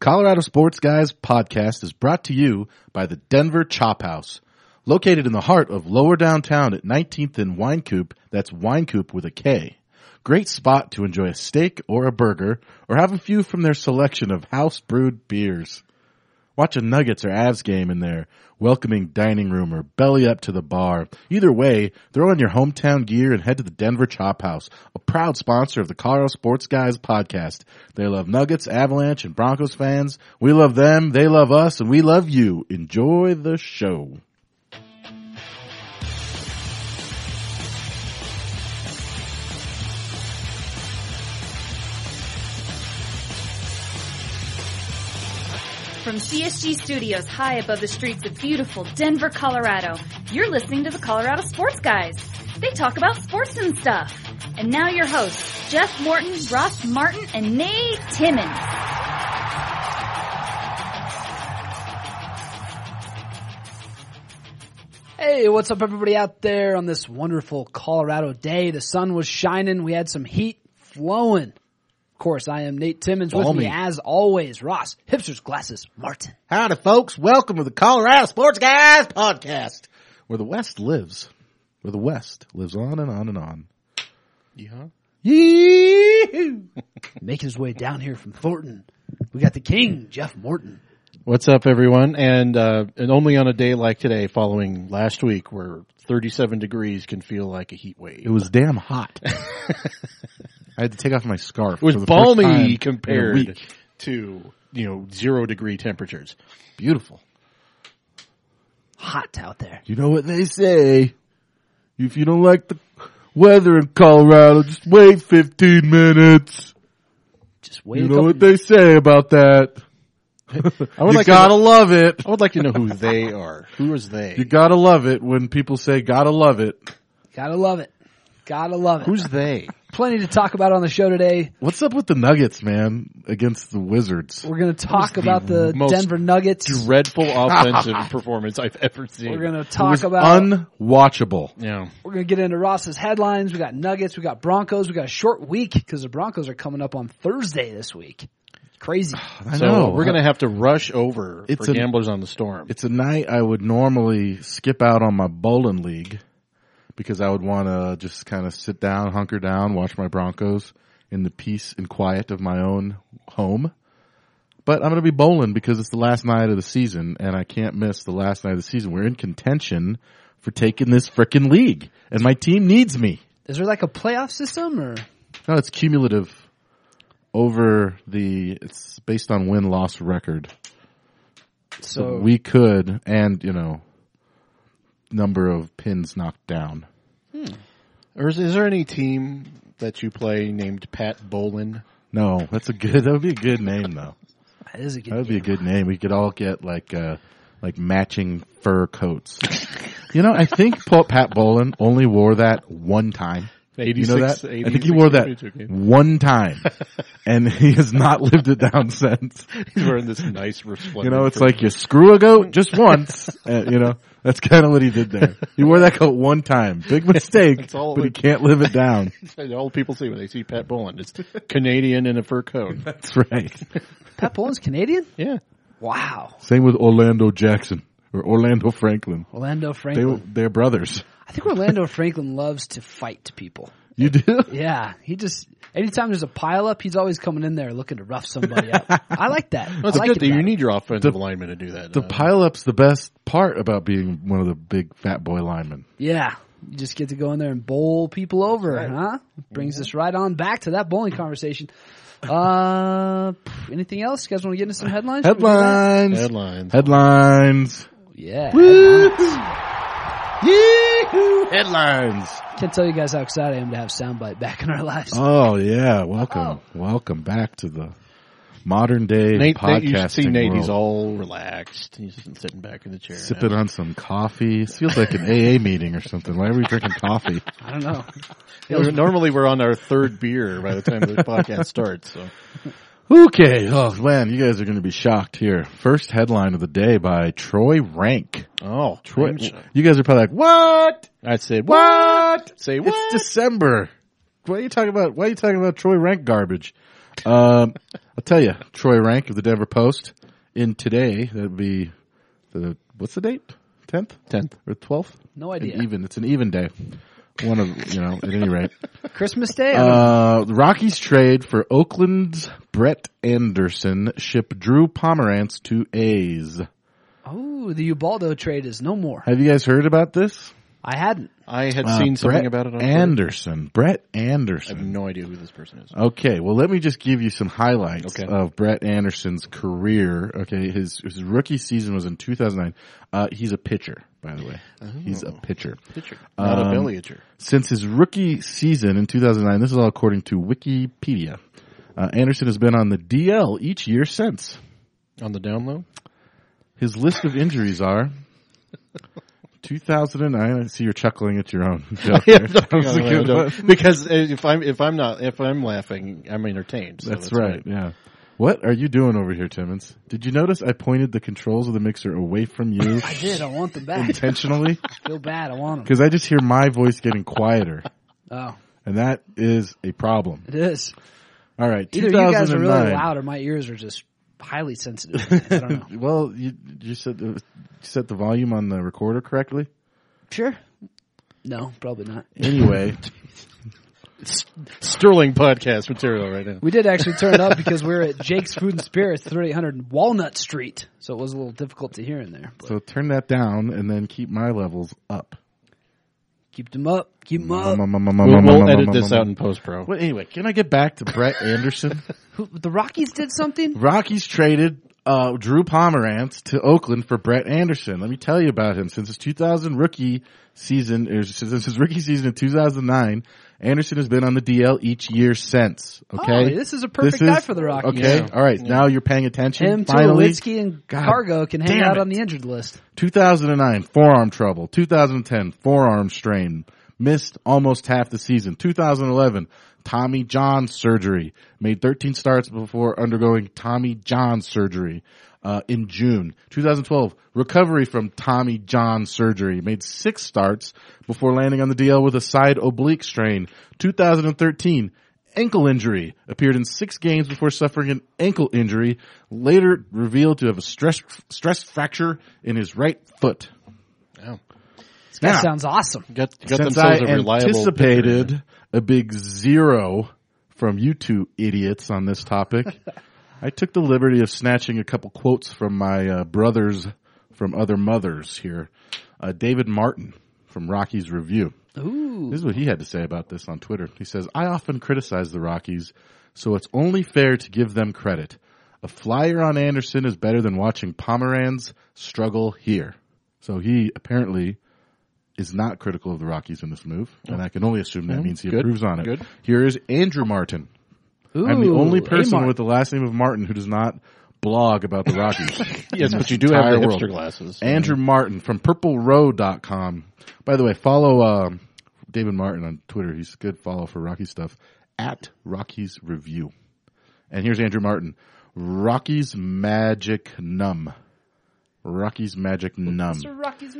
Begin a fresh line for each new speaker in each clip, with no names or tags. Colorado Sports Guys podcast is brought to you by the Denver Chop House. Located in the heart of lower downtown at 19th and Winecoop, that's Winecoop with a K. Great spot to enjoy a steak or a burger or have a few from their selection of house brewed beers. Watch a Nuggets or Avs game in their welcoming dining room or belly up to the bar. Either way, throw on your hometown gear and head to the Denver Chop House, a proud sponsor of the Colorado Sports Guys podcast. They love Nuggets, Avalanche, and Broncos fans. We love them, they love us, and we love you. Enjoy the show.
From CSG Studios high above the streets of beautiful Denver, Colorado, you're listening to the Colorado Sports Guys. They talk about sports and stuff. And now your hosts, Jeff Morton, Ross Martin, and Nate Timmons.
Hey, what's up everybody out there on this wonderful Colorado day? The sun was shining. We had some heat flowing. Of course, I am Nate Timmons with
Balmy.
me as always, Ross, Hipsters Glasses, Martin.
Howdy folks, welcome to the Colorado Sports Guys podcast, where the West lives, where the West lives on and on and on. Yee-hoo.
Making his way down here from Thornton. We got the king, Jeff Morton.
What's up, everyone? And uh, and only on a day like today, following last week, where 37 degrees can feel like a heat wave.
It was damn hot. I had to take off my scarf.
It was
for the first time in
balmy
a
compared
week.
to you know zero degree temperatures.
Beautiful.
Hot out there.
You know what they say. If you don't like the weather in Colorado, just wait 15 minutes.
Just wait
you
a
know
couple-
what they say about that.
I would
you
like
gotta
to know,
love it.
I would like to know who they are. Who is they?
You gotta love it when people say gotta love it.
Gotta love it. Gotta love it.
Who's they?
Plenty to talk about on the show today.
What's up with the Nuggets, man, against the Wizards?
We're gonna talk about the
most
Denver Nuggets.
Dreadful offensive performance I've ever seen.
We're gonna
It
talk
was
about
unwatchable.
yeah.
We're going to get into Ross's headlines. We got Nuggets. We got Broncos. We got a short week because the Broncos are coming up on Thursday this week. Crazy.
I
So
know.
we're gonna have to rush over
It's
for
a-
gamblers on the storm.
It's a night I would normally skip out on my bowling league because I would want to just kind of sit down, hunker down, watch my Broncos in the peace and quiet of my own home. But I'm going to be bowling because it's the last night of the season and I can't miss the last night of the season. We're in contention for taking this frickin' league and my team needs me.
Is there like a playoff system or
No, it's cumulative over the, it's based on win loss record.
so?
we could, and you know, number of pins knocked down.
Or is, is there any team that you play named Pat Bolin?
No, that's a good. That would be a good name, though.
that is a good
That would be a
game.
good name. We could all get like uh like matching fur coats. you know, I think Paul- Pat Bolin only wore that one time. You know that? I think he wore that one time, and he has not lived it down since.
He's wearing this nice resplendent.
You know, it's like you screw a goat just once. uh, you know, that's kind of what he did there. He wore that coat one time. Big mistake,
That's all it
but he
would-
can't live it down.
all people see when they see Pat Bolin. It's Canadian in a fur coat.
That's right.
Pat Bolin's Canadian.
Yeah.
Wow,
Same with Orlando Jackson or Orlando Franklin.
Orlando
They
Franklin.
they're brothers.
I think Orlando Franklin loves to fight people.
You do?
Yeah, he just anytime there's a pile up, he's always coming in there looking to rough somebody up. I like that.
That's
I like
good.
it
that You
that.
need your offensive lineman to do that.
The
uh,
pileups the best part about being one of the big fat boy linemen.
Yeah. You just get to go in there and bowl people over, huh? Brings us right on back to that bowling conversation. Uh, pff, anything else? You guys want to get into some headlines? Should we do that?
Headlines.
headlines.
Headlines.
Yeah.
Yee-hoo. Headlines.
Can't tell you guys how excited I am to have soundbite back in our lives.
Oh yeah, welcome, welcome back to the modern day
Nate, Nate,
podcasting
you should see Nate.
world.
He's all relaxed. He's just sitting back in the chair.
sipping on some coffee. It feels like an AA meeting or something. Why are we drinking coffee?
I don't know.
We're- Normally, we're on our third beer by the time the podcast starts. So
Okay, oh man, you guys are going to be shocked here. First headline of the day by Troy Rank.
Oh,
Troy, you guys are probably like, what?
I said what?
What?
Say
It's
what?
December. Why are you talking about? Why are you talking about Troy Rank garbage? Um, I'll tell you, Troy Rank of the Denver Post in today. That'd be the what's the date? Tenth,
Tenth.
or twelfth?
No idea.
An even. It's an even day. One of you know. At any rate,
Christmas Day? I don't know.
uh, the Rockies trade for Oakland's Brett Anderson ship Drew Pomerantz to A's.
oh, the Ubaldo trade is no more.
Have you guys heard about this?
I hadn't.
I had
Uh,
seen something
Brett
about it on Twitter.
Anderson. Uh, Brett
I
Anderson.
have no idea who this person is.
Okay, well, let me just give you some highlights
Okay.
of Brett Anderson's career. Okay, his his rookie season was in 2009. Uh, he's a pitcher, by the way. He's
Oh.
a pitcher.
Pitcher. Not a
Um,
Belliager.
Since his rookie season in 2009, this is all according to Wikipedia. Uh, Anderson has been on the DL each year since.
On the down low?
His list of injuries are 2009. I see you're chuckling at your own joke. there. That was a good one.
because uh, if I'm if I'm not if I'm laughing, I'm entertained. so
That's, right. Yeah. What are you doing over here, Timmons? Did you notice I pointed the controls of the mixer away from you
I did. I want them back.
intentionally?
feel bad. I want them.
Because I just hear my voice getting quieter,
Oh,
and that is a problem.
it is.
All right,
Either you guys are really
2009.
loud or my ears are just highly sensitive. I don't know.
Well, you, you set the, you set the volume on the recorder correctly.
Sure. No, probably not.
Anyway,
Sterling podcast material right now.
We did actually turn it up because we were at Jake's Food and Spirits, 3800 Walnut Street. So it was a little difficult to hear in there. But
so turn that down and then keep my levels up.
keep them up. Keep
Mm-hmm.
them up.
We'll,
We'll,
we'll edit this out in post pro.
Well, anyway, can I get back to Brett Anderson?
Who, the Rockies did something?
Rockies traded uh, Drew Pomerantz to Oakland for Brett Anderson. Let me tell you about him. Since his 2000 rookie season, or since his rookie season in 2009, Anderson has been on the DL each year since. Okay,
Oh, this is a perfect guy for the Rockies.
Okay,
Yeah.
all right. Now you're paying attention.
Him,
Finally,
Tulowitzki, and
God
Cargo can hang
damn
out
it.
on the injured list.
2009 forearm trouble. 2010 forearm strain. Missed almost half the season. 2011 Tommy John surgery. Made 13 starts before undergoing Tommy John surgery uh, in June. 2012 recovery from Tommy John surgery. Made six starts before landing on the DL with a side oblique strain. 2013 ankle injury. Appeared in six games before suffering an ankle injury, later revealed to have a stress stress fracture in his right foot.
Wow.
This guy
Now,
sounds awesome.
Got, got
Since I
themselves a reliable
anticipated a big zero from you two idiots on this topic, I took the liberty of snatching a couple quotes from my uh, brothers from other mothers here. Uh, David Martin from Rocky's Review.
Ooh.
This is what he had to say about this on Twitter. He says, I often criticize the Rockies, so it's only fair to give them credit. A flyer on Anderson is better than watching Pomeranz struggle here. So he apparently is not critical of the Rockies in this move, and I can only assume that means he
Mm-hmm. good,
approves on it.
good.
Here is Andrew Martin.
Ooh.
I'm the only
hey,
person
Mark.
with the last name of Martin who does not blog about the Rockies.
pitcher. Yes, but you do
entire
have the
world.
hipster glasses.
Andrew Martin from purplerow.com. By the way, follow uh, David Martin on Twitter. He's a good follow for Rocky stuff at Rocky's Review. And here's Andrew Martin. Rocky's Magic Numb. Rocky's Magic Numb.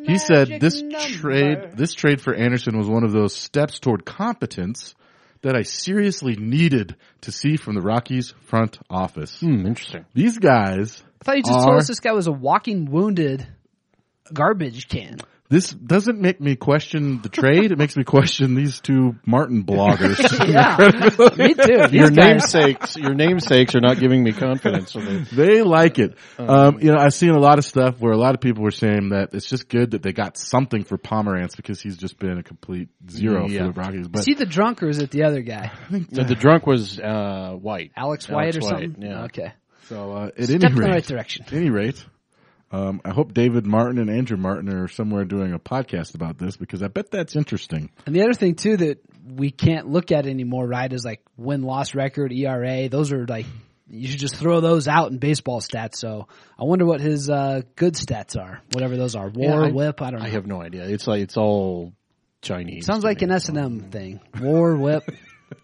He said this trade this trade for Anderson was one of those steps toward competence that I seriously needed to see from the Rockies front office.
Hmm, interesting.
These guys
I thought you just told
are-
us this guy was a walking wounded garbage can.
This doesn't make me question the trade. It makes me question these two Martin bloggers.
Yeah, me too. These
Your
guys,
namesakes, your namesakes are not giving me confidence. so they-
they like it.
Oh,
Um, you know, I've seen a lot of stuff where a lot of people were saying that it's just good that they got something for Pomerantz because he's just been a complete
Mm,
zero
Yeah.
for the Rockies. But
is he the drunk or is it the other guy,
No, the drunk was uh, white.
Alex White or something?
Yeah.
Okay,
so uh, at
step
any
in the
rate,
right direction.
at any rate, um, I hope David Martin and Andrew Martin are somewhere doing a podcast about this because I bet that's interesting.
And the other thing too that we can't look at anymore, right, is like win loss record, ERA. Those are like you should just throw those out in baseball stats. So I wonder what his uh, good stats are, whatever those are. War,
Yeah, I-
whip. I don't know.
I have no idea. It's like it's all Chinese.
Sounds
to
like
me.
an S and M thing. War, whip,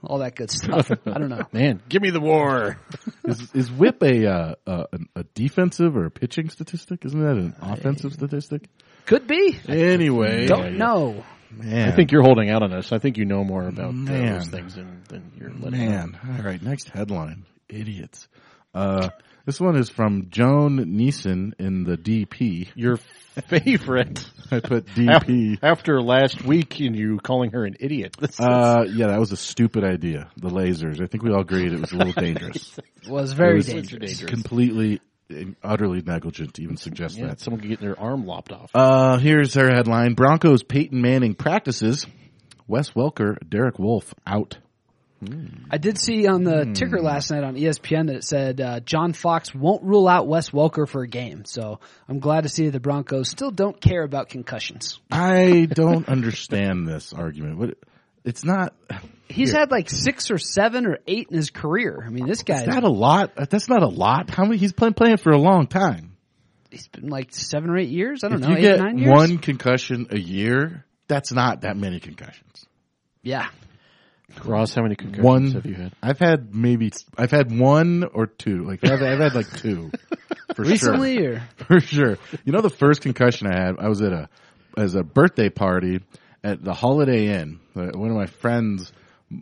all that good stuff. I don't know.
man. Give me the war.
Is, is WHIP a, uh, a a defensive or a pitching statistic? Isn't that an offensive statistic?
Could be.
Anyway,
Don't know.
Man.
I think you're holding out on us. I think you know more about uh,
Man.
those things than, than you're letting on.
Man. All right. Next headline. idiots. Uh, this one is from Joan Neeson in the DP.
Your favorite
I put DP.
after last week and you calling her an idiot. This
Uh, yeah, that was a stupid idea. The lasers. I think we all agreed it was a little dangerous.
was very
was
dangerous.
It's completely and utterly negligent to even suggest
yeah,
that.
someone could get their arm lopped off.
Uh, here's her headline. Broncos Peyton Manning practices. Wes Welker, Derek Wolf out.
I did see on the
Hmm.
ticker last night on E ESPN that it said uh, John Fox won't rule out Wes Welker for a game. So I'm glad to see the Broncos still don't care about concussions.
I don't understand this argument. What? It's not.
He's had like six or seven or eight in his career. I mean, this guy
Not a lot. That's not a lot. How many? He's been playing for a long time.
he's been like seven or eight years. I don't
If
know,
you
eight
get
nine years.
one concussion a year, that's not that many concussions.
yeah,
Ross, how many concussions
One
have you had?
I've had maybe I've had one or two. Like I've, I've had like two for sure.
recently or
for sure. You know, the first concussion I had, I was at a as a birthday party at the Holiday Inn. Uh, One of my friends,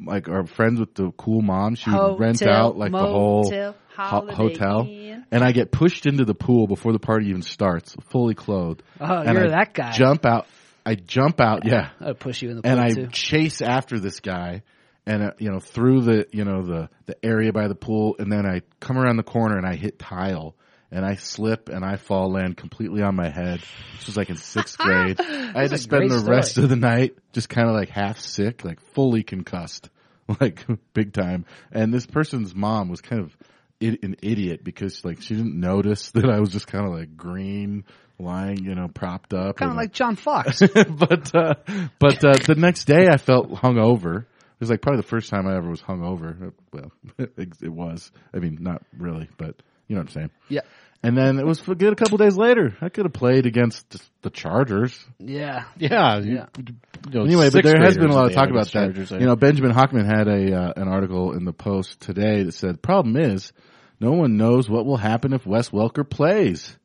like our friends with the cool mom, she would rent
Hotel,
out like the whole
motel,
ho-
Holiday
hotel,
Inn.
and I get pushed into the pool before the party even starts, fully clothed.
Oh,
And
you're
I
that guy.
Jump out! I jump out. Yeah,
I'll push you in the pool
and I
too.
chase after this guy, and uh, you know through the you know the the area by the pool, and then I come around the corner and I hit tile, and I slip and I fall, land completely on my head. This was like in sixth grade. I had to
That's a
spend
great
the
story.
rest of the night just kind of like half sick, like fully concussed, like big time. And this person's mom was kind of i- an idiot because like she didn't notice that I was just kind of like green, lying, you know, propped up,
Kind of
and,
like John Fox.
but uh, but uh, the next day I felt hungover. It was like probably the first time I ever was hungover. Uh, Well, it it was. I mean, not really, but you know what I'm saying.
yeah,
And then it was a good a couple days later. I could have played against the Chargers.
yeah.
Yeah. you-
Yeah.
you know,
Anyway, but
sixth
there has
graders
been a lot
at
of
the
talk
end
about
the
that.
Chargers, I
You know, Benjamin Hockman had a uh, an article in the Post today that said problem is no one knows what will happen if Wes Welker plays.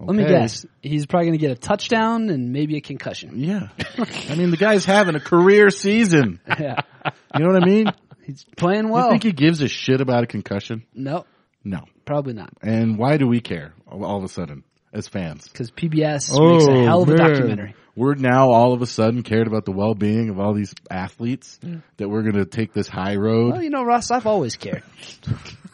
Let me
Okay.
guess. He's probably going to get a touchdown and maybe a concussion.
Yeah, I mean the guy's having a career season.
Yeah,
You know what I mean?
he's playing
You
well.
think he gives a shit about a concussion?
no,
No.
probably not.
And why do we care all all of a sudden as fans?
because PBS
Oh,
makes a hell of a documentary.
We're now all of a sudden cared about the well being of all these athletes that we're going to take this high road.
Mm. Well, you know, Russ, I've always cared.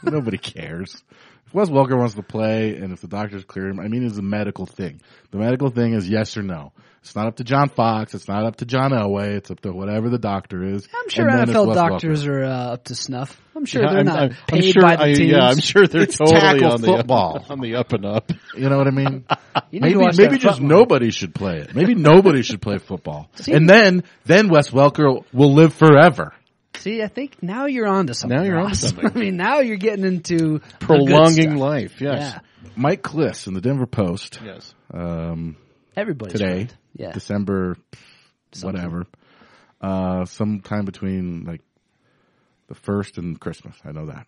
Nobody cares. If Wes Welker wants to play and if the doctors clear him, I mean, it's a medical thing. The medical thing is yes or no. It's not up to John Fox. It's not up to John Elway. It's up to whatever the doctor is.
I'm sure
And then it's
NFL
Wes Welker.
doctors are uh, up to snuff. I'm sure
Yeah,
they're
I'm-
not
I'm- I'm
paid
sure
by the
I-
teams.
Yeah, I'm sure they're
It's
totally
tackle
on the uh,
football.
Up, on the up and up.
You know what I mean?
You need to
Maybe
watch
maybe
that
just
front
nobody should play it. Maybe nobody should play football. And then then Wes Welker will live forever.
line. See, I think now you're on to something.
Now you're onto
Russ.
something.
I mean, now you're getting into
Prolonging
life.
life. Yes.
Yeah,
Mike Kliss in the Denver Post
Yes.
um,
everybody's
today,
right. Yeah,
December whatever, uh, sometime between like the first and Christmas. I know that.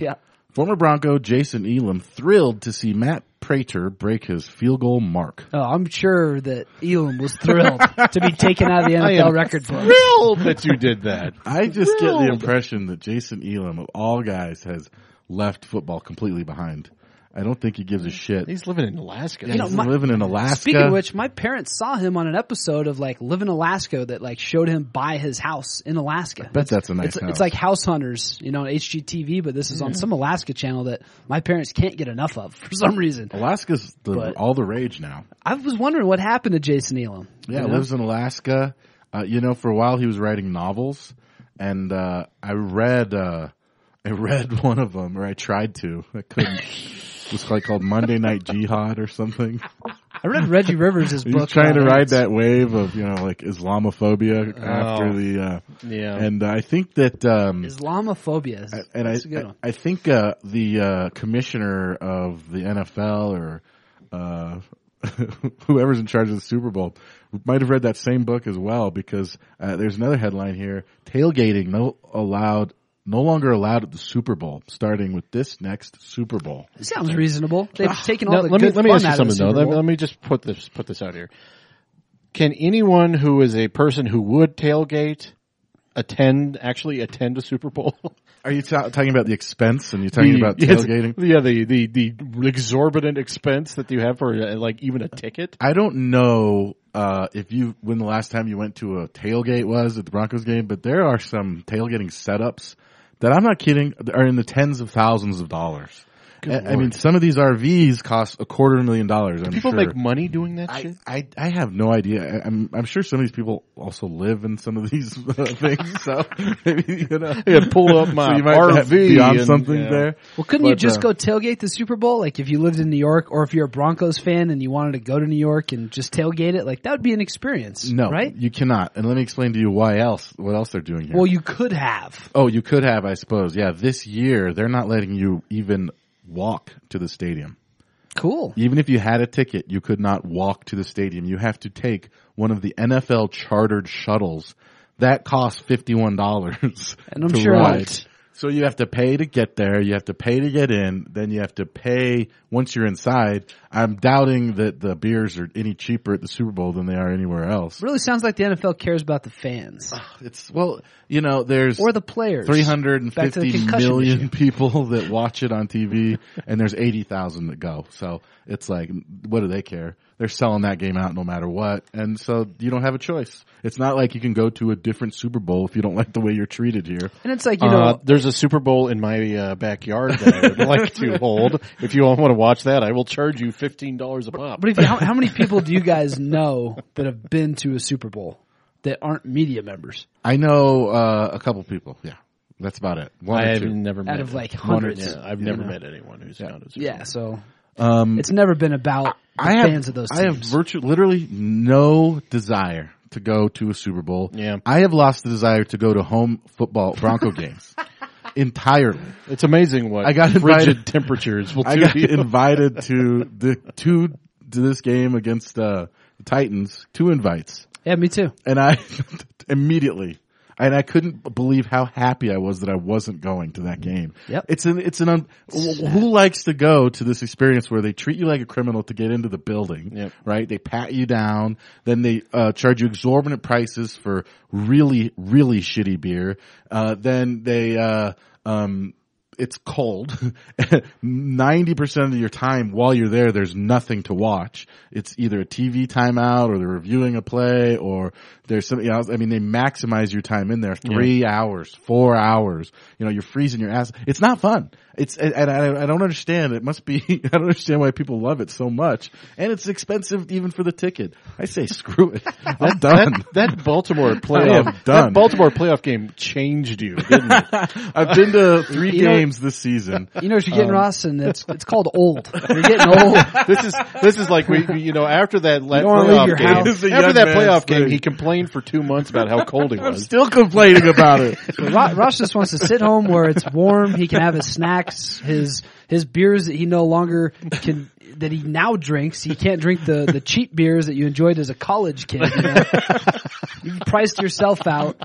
yeah.
Former Bronco Jason Elam thrilled to see Matt Prater break his field goal mark.
Oh, I'm sure that Elam was thrilled to be taken out of the NFL
am
record book.
Thrilled that you did that.
I just get the
Thrilled.
impression that Jason Elam, of all guys, has left football completely behind. I don't think he gives a shit.
He's living in Alaska.
He's
know, my-
living in Alaska.
Speaking of which, my parents saw him on an episode of like Live in Alaska that like showed him buy his house in Alaska.
bet that's a nice
it's,
house.
it's like House Hunters, you know, on HGTV, but this is on some Alaska channel that my parents can't get enough of for some reason.
Alaska's the,
But-
all the rage now.
I was wondering what happened to Jason Elam.
Yeah,
you know?
lives in Alaska. Uh, you know, for a while he was writing novels, and uh, I read uh, I read one of them, or I tried to. I couldn't. it was like called Monday Night Jihad or something.
I read Reggie Rivers'
He
book. uh,
was trying to
on it.
ride that wave of you know like Islamophobia after
Oh.
the uh,
Yeah.
and I think that um,
Islamophobia. Is,
and I,
that's a good
I,
one.
I think uh, the uh, commissioner of the NFL or uh, whoever's in charge of the Super Bowl might have read that same book as well because uh, there's another headline here: tailgating no allowed, no longer allowed at the Super Bowl, starting with this next Super Bowl.
Sounds reasonable. They've
Ah,
taken all
Now,
the
let
good
me let me
fun
ask you
out of the
something though.
Super
Let, me-
Bowl.
let me just put this put this out here. Can anyone who is a person who would tailgate attend actually attend a Super Bowl.
Are you ta- talking about the expense and you're talking
The-
about
yes,
tailgating?
yeah, the, the the exorbitant expense that you have for uh, like even a ticket.
I don't know uh, if you when the last time you went to a tailgate was at the Broncos game, but there are some tailgating setups that I'm not kidding are in the tens of thousands of dollars. I, I mean, some of these RVs cost a quarter million dollars. I'm
People
sure.
make money doing that
I,
shit.
I I have no idea. I, I'm I'm sure some of these people also live in some of these uh, things. So maybe you know,
Yeah, pull up my
so you might
RV
be on
and-
something
yeah.
there.
Well, couldn't you
But,
just
uh,
go tailgate the Super Bowl? Like if you lived in New York, or if you're a Broncos fan and you wanted to go to New York and just tailgate it, like that would be an experience.
No,
right?
You cannot. And let me explain to you why else. What else they're doing here?
Well, you could have.
Oh, you could have, I suppose. Yeah, this year they're not letting you even walk to the stadium.
Cool.
Even if you had a ticket, you could not walk to the stadium. You have to take one of the NFL chartered shuttles. That costs fifty-one dollars,
And I'm sure-
So you have to pay to get there. You have to pay to get in. Then you have to pay once you're inside. I'm doubting that the beers are any cheaper at the Super Bowl than they are anywhere else.
Really sounds like the NFL cares about the fans
It's well, you know, there's
or the players.
Oh, Three hundred and
Back to the
fifty
concussion
million
issue.
people that watch it on TV, and there's eighty thousand that go. So it's like, what do they care? They're selling that game out no matter what, and so you don't have a choice. It's not like you can go to a different Super Bowl if you don't like the way you're treated here.
And it's like you know,
uh, there's a Super Bowl in my uh, backyard that I would like to hold. If you all want to watch that, I will charge you fifteen dollars a pop.
But if you, how, how many people do you guys know that have been to a Super Bowl that aren't media members
I know uh, a couple people. Yeah, that's about it. One
I
or
have
two.
never met
out of like
Wonder-
hundreds?
yeah,
Yeah,
I've never met anyone who's gone to Super
so
Um,
it's never been about the
I have
fans of those teams.
I have virtually literally no desire to go to a Super Bowl.
Yeah.
I have lost the desire to go to home football Bronco games entirely.
Bowl. It's amazing what
I got
frigid
invited-
temperatures will
I
do
got
to you.
invited to the two to this game against uh, the Titans, two invites,
yeah, me too.
and I immediately and I couldn't believe how happy I was that I wasn't going to that game.
Yep.
It's an it's an un, who likes to go to this experience where they treat you like a criminal to get into the building,
Yep.
right? They pat you down, then they uh, charge you exorbitant prices for really really shitty beer. Uh, then they uh, um, it's cold. 90% of your time while you're there, there's nothing to watch. It's either a TV timeout or they're reviewing a play or there's something else. I mean, they maximize your time in there. Three hours, four hours. You know, you're freezing your ass. It's not fun. It's, and and I, I don't understand. It must be, I don't understand why people love it so much. And it's expensive even for the ticket. I say screw it. I'm done.
That Baltimore
am
playoff,
done.
that Baltimore playoff game changed you, didn't it?
I've been to three
You know-
games this season.
You know what you're
Um,
getting, Ross, and it's it's called old. You're getting old.
this is this is like we, we- you know after that la-
don't wanna leave your
playoff game.
house.
It's a
After
young
that
man's
playoff game,
thing.
he complained for two months about how cold he
I'm
was.
still complaining about it.
Ro- Ross just wants to sit home where it's warm. He can have his snacks, his his beers that he no longer can that he now drinks. He can't drink the the cheap beers that you enjoyed as a college kid. You know? You've priced yourself out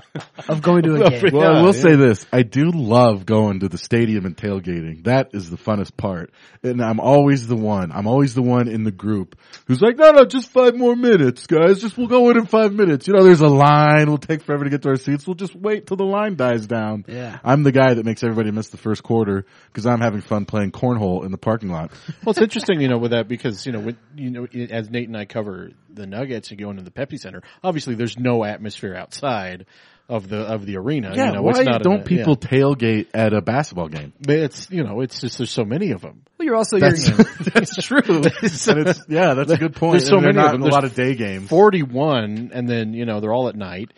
of going to a game.
Well,
Yeah,
I will
yeah.
say this. I do love going to the stadium and tailgating. That is the funnest part. And I'm always the one. I'm always the one in the group who's like, no, no, just five more minutes, guys. Just we'll go in in five minutes. You know, there's a line. We'll take forever to get to our seats. We'll just wait till the line dies down.
Yeah.
I'm the guy that makes everybody miss the first quarter because I'm having fun playing cornhole in the parking lot.
Well, it's interesting, you know, with that because you know, with, you know, i- as Nate and I cover the Nuggets and go into the Pepsi Center, obviously there's no atmosphere outside of the of the arena. you know,
why
it's not
don't
an-
people tailgate at a basketball game?
yeah. But It's you know, it's just there's so many of them.
Well, you're also
That's,
you're,
that's true. And it's- yeah, that's a good point.
There's so
And they're
many
not
of them.
in a lot
There's
of day games.
41 and then you know they're all at night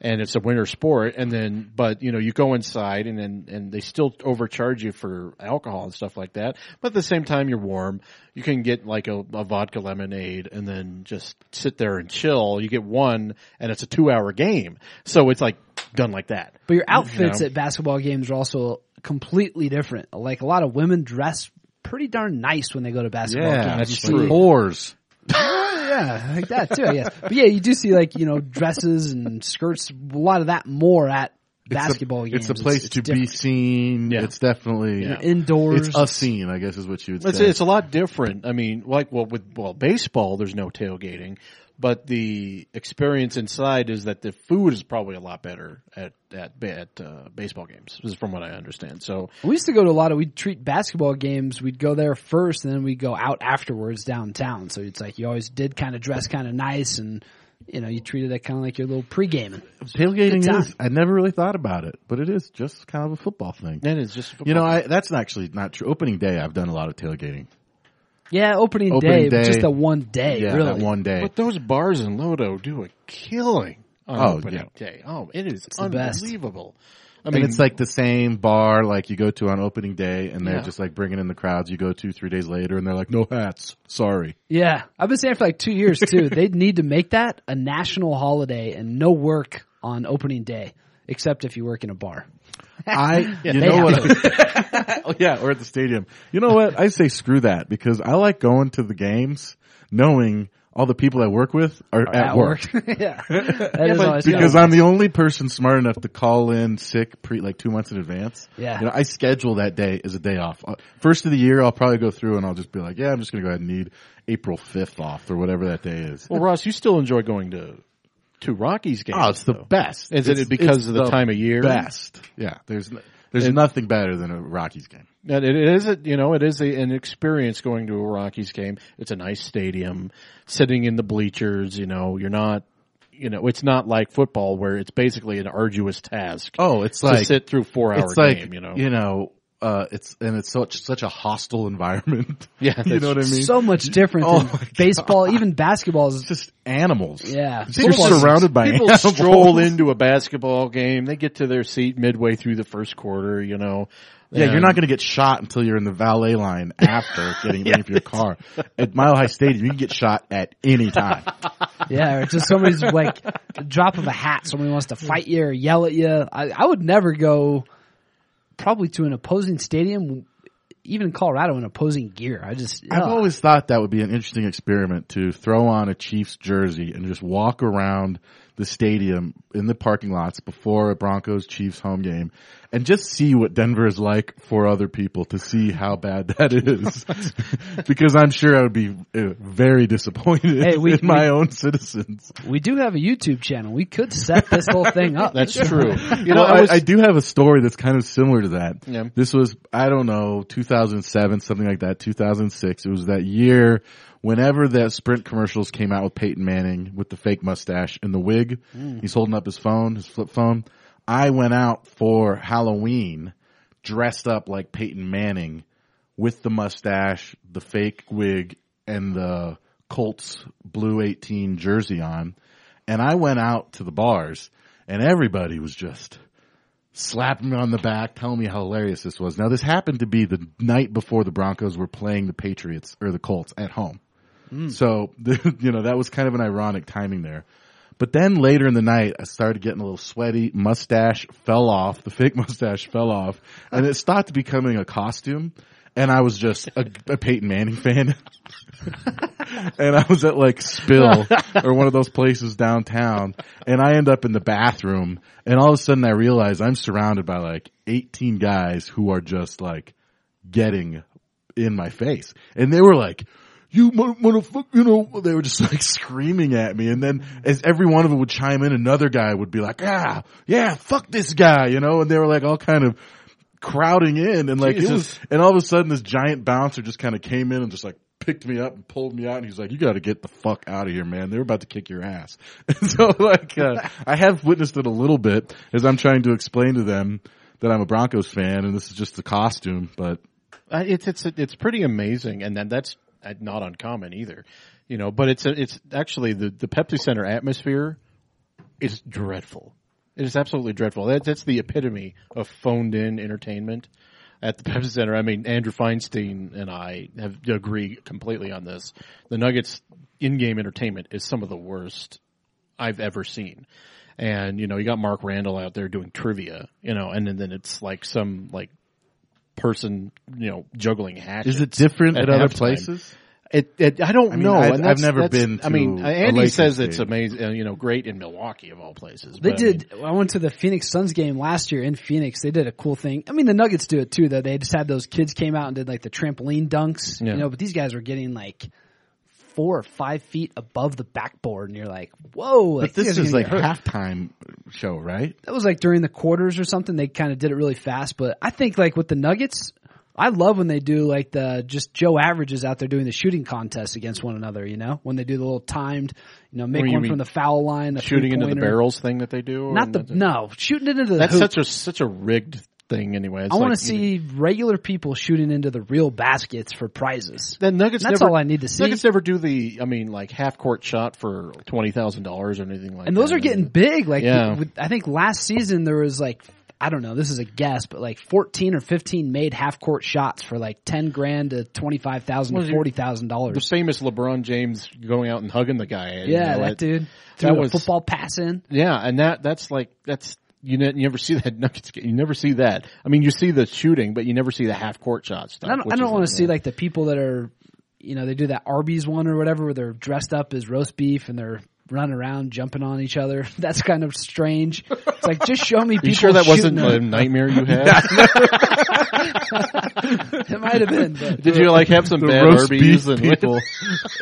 and it's a winter sport and then but you know you go inside and then and they still overcharge you for alcohol and stuff like that but at the same time you're warm you can get like a, a vodka lemonade and then just sit there and chill you get one and it's a two hour game so it's like done like that
but your outfits
Yeah.
at basketball games are also completely different. Like a lot of women dress pretty darn nice when they go to basketball games. You see-
Whores.
yeah, like that too, I guess. But yeah, you do see like, you know, dresses and skirts, a lot of that more at basketball
a,
games.
It's a place to be
different.
seen.
Yeah.
It's definitely
Yeah.
indoors.
it's a scene, I guess, is what you would
It's,
say.
it's a lot different. I mean, like well with well baseball, there's no tailgating, but the experience inside is that the food is probably a lot better at at ba- at uh, baseball games. This is from what I understand. So
We used to go to a lot of. We'd treat basketball games. We'd go there first, and then we'd go out afterwards downtown. So it's like you always did kind of dress kind of nice, and you know you treated that kind of like your little pre gaming. Good
Tailgating
time.
is. I never really thought about it, but it is just kind of a football thing.
that is just
You know, I, that's actually not true. Opening day, I've done a lot of tailgating.
Yeah, opening,
Opening
day,
day.
just the one day,
yeah, that
really.
one day.
But those bars in Lodo do a killing on
Oh,
opening day. Oh, it is
the best.
unbelievable. I
and it's like the same bar like you go to on opening day, and they're
Yeah.
just like bringing in the crowds. You go to three days later, and they're like, "No hats, sorry."
Yeah, I've been saying for like two years too. they need to make that a national holiday and no work on opening day, except if you work in a bar.
I, you
they
know
have
what? I- yeah, or at the stadium. You know what? I say screw that because I like going to the games, knowing all the people I work with are at, work.
yeah, that is
but
always
Because
kinda-
I'm the only person smart enough to call in sick pre like two months in advance.
Yeah.
you know, I schedule that day as a day off. Uh, First of the year, I'll probably go through and I'll just be like, yeah, I'm just gonna go ahead and need April 5th off or whatever that day is.
well, Ross, you still enjoy going to to Rockies games.
Oh, it's the
though.
best.
Is
It's-
it because
it's
of the time of year?
Best. Yeah. There's n- there's nothing better than a Rockies game.
And it is, a, you know, it is a, an experience going to a Rockies game. It's a nice stadium, sitting in the bleachers. You know, you're not, you know, it's not like football where it's basically an arduous task
Oh, it's
to
like
sit through four hour
it's like
game. You know,
you know uh, it's and it's such such a hostile environment.
Yeah,
you
that's
know what I mean.
so much different
Oh my
than baseball. Even baseball is
It's just animals.
Yeah.
you're
Football's-
surrounded by
people
animals.
stroll into a basketball game. They get to their seat midway through the first quarter. You know,
Yeah, you're
And-
not going to get shot until you're in the valet line after getting ready for your car. At Mile High Stadium, you can get shot at any time.
Yeah, or just somebody's like a drop of a hat. Somebody wants to fight you or yell at you. I, I would never go probably to an opposing stadium, even in Colorado, in opposing gear. I just oh.
I've
ugh.
always thought that would be an interesting experiment to throw on a Chiefs jersey and just walk around the stadium in the parking lots before a Broncos Chiefs home game and just see what Denver is like for other people to see how bad that is. because I'm sure I would be uh, very disappointed
Hey, we-
in my own citizens.
we do have a YouTube channel. We could set this whole thing up.
That's true. You know,
well,
I,
I,
was,
I do have a story that's kind of similar to that.
Yeah.
This was, I don't know, 2007, something like that, 2006. It was that year whenever that Sprint commercials came out with Peyton Manning with the fake mustache and the wig.
Mm.
He's holding up his phone, his flip phone. I went out for Halloween dressed up like Peyton Manning with the mustache, the fake wig, and the Colts blue 18 jersey on. And I went out to the bars and everybody was just slapping me on the back, telling me how hilarious this was. Now this happened to be the night before the Broncos were playing the Patriots or the Colts at home. So, you know, that was kind of an ironic timing there. But then later in the night, I started getting a little sweaty. Mustache fell off. The fake mustache fell off and it stopped becoming a costume. And I was just a, a Peyton Manning fan. and I was at like Spill or one of those places downtown and I end up in the bathroom and all of a sudden I realize I'm surrounded by like 18 guys who are just like getting in my face. And they were like, you mo- motherfucker, you know, they were just like screaming at me. And then as every one of them would chime in, another guy would be like, ah, yeah, fuck this guy, you know, and they were like all kind of crowding in and like, it was,
Jesus.
and all of a sudden this giant bouncer just kind of came in and just like, picked me up and pulled me out and he's like you got to get the fuck out of here man they were about to kick your ass and so like uh, i have witnessed it a little bit as i'm trying to explain to them that i'm a broncos fan and this is just a costume but
I- it's it's it's pretty amazing, and then that's uh, not uncommon either, you know. But it's it's actually the the Pepsi Center atmosphere is dreadful. It is absolutely dreadful. That, that's the epitome of phoned in entertainment at the Pepsi Center. I mean, Andrew Feinstein and I have agree completely on this. The Nuggets in game entertainment is some of the worst I've ever seen. And you know, you got Mark Randall out there doing trivia, you know, and then, then it's like some like person, you know, juggling hatchets.
Is it different at,
at
other
halftime.
places?
It, it I don't
I mean,
know.
I've-
and that's-
I've never
that's-
been
I mean,
to
uh,
a
Andy
Lakers
says it's
game.
amazing. uh, You know, great in Milwaukee of all places.
They
but I mean,
did. I went to the Phoenix Suns game last year in Phoenix. They did a cool thing. I mean, the Nuggets do it too, though. They just had those kids came out and did like the trampoline dunks,
Yeah.
you know. But these guys were getting like four or five feet above the backboard, and you're like, "Whoa!"
But
like,
this
these guys are
is
gonna
like
get hurt.
halftime show, right?
that was like during the quarters or something. They kind of did it really fast, but I think like with the Nuggets, I love when they do like the just Joe averages out there doing the shooting contests against one another. You know, when they do the little timed, you know, make
Well, you
one
mean
from the foul line, the
shooting into the
three-pointer.
barrels thing that they do. or
Not the
that's-
no shooting into the.
That's
hoop.
such a such a rigged thing. Anyway,
I
It's
want
like,
to see regular people shooting into the real baskets for prizes.
The Nuggets.
That's
never,
all I need to see.
Nuggets never do the. I mean, like half court shot for twenty thousand dollars or anything like.
And those
that.
are getting big. Like
Yeah.
with- I think last season there was like I don't know, this is a guess, but like 14 or 15 made half court shots for like 10 grand to 25,000
Was
to
your-
40,000
the
dollars.
famous LeBron James going out and hugging the guy. you
Yeah,
know,
that
it-
dude threw a
was-
football pass in.
Yeah, and that that's like that's you, ne- you never see that Nuggets. game. You never see that. I mean, you see the shooting, but you never see the half court shot stuff.
And I don't,
which
I
is
don't want
like-
to see like the people that are, you know, they do that Arby's one or whatever where they're dressed up as roast beef and they're running around jumping on each other. That's kind of strange. It's like just show me people.
You sure that wasn't
shooting
a
them.
nightmare you had?
It might have been. But.
Did you like have some
The
bad
roast
Arby's
beef
and
people.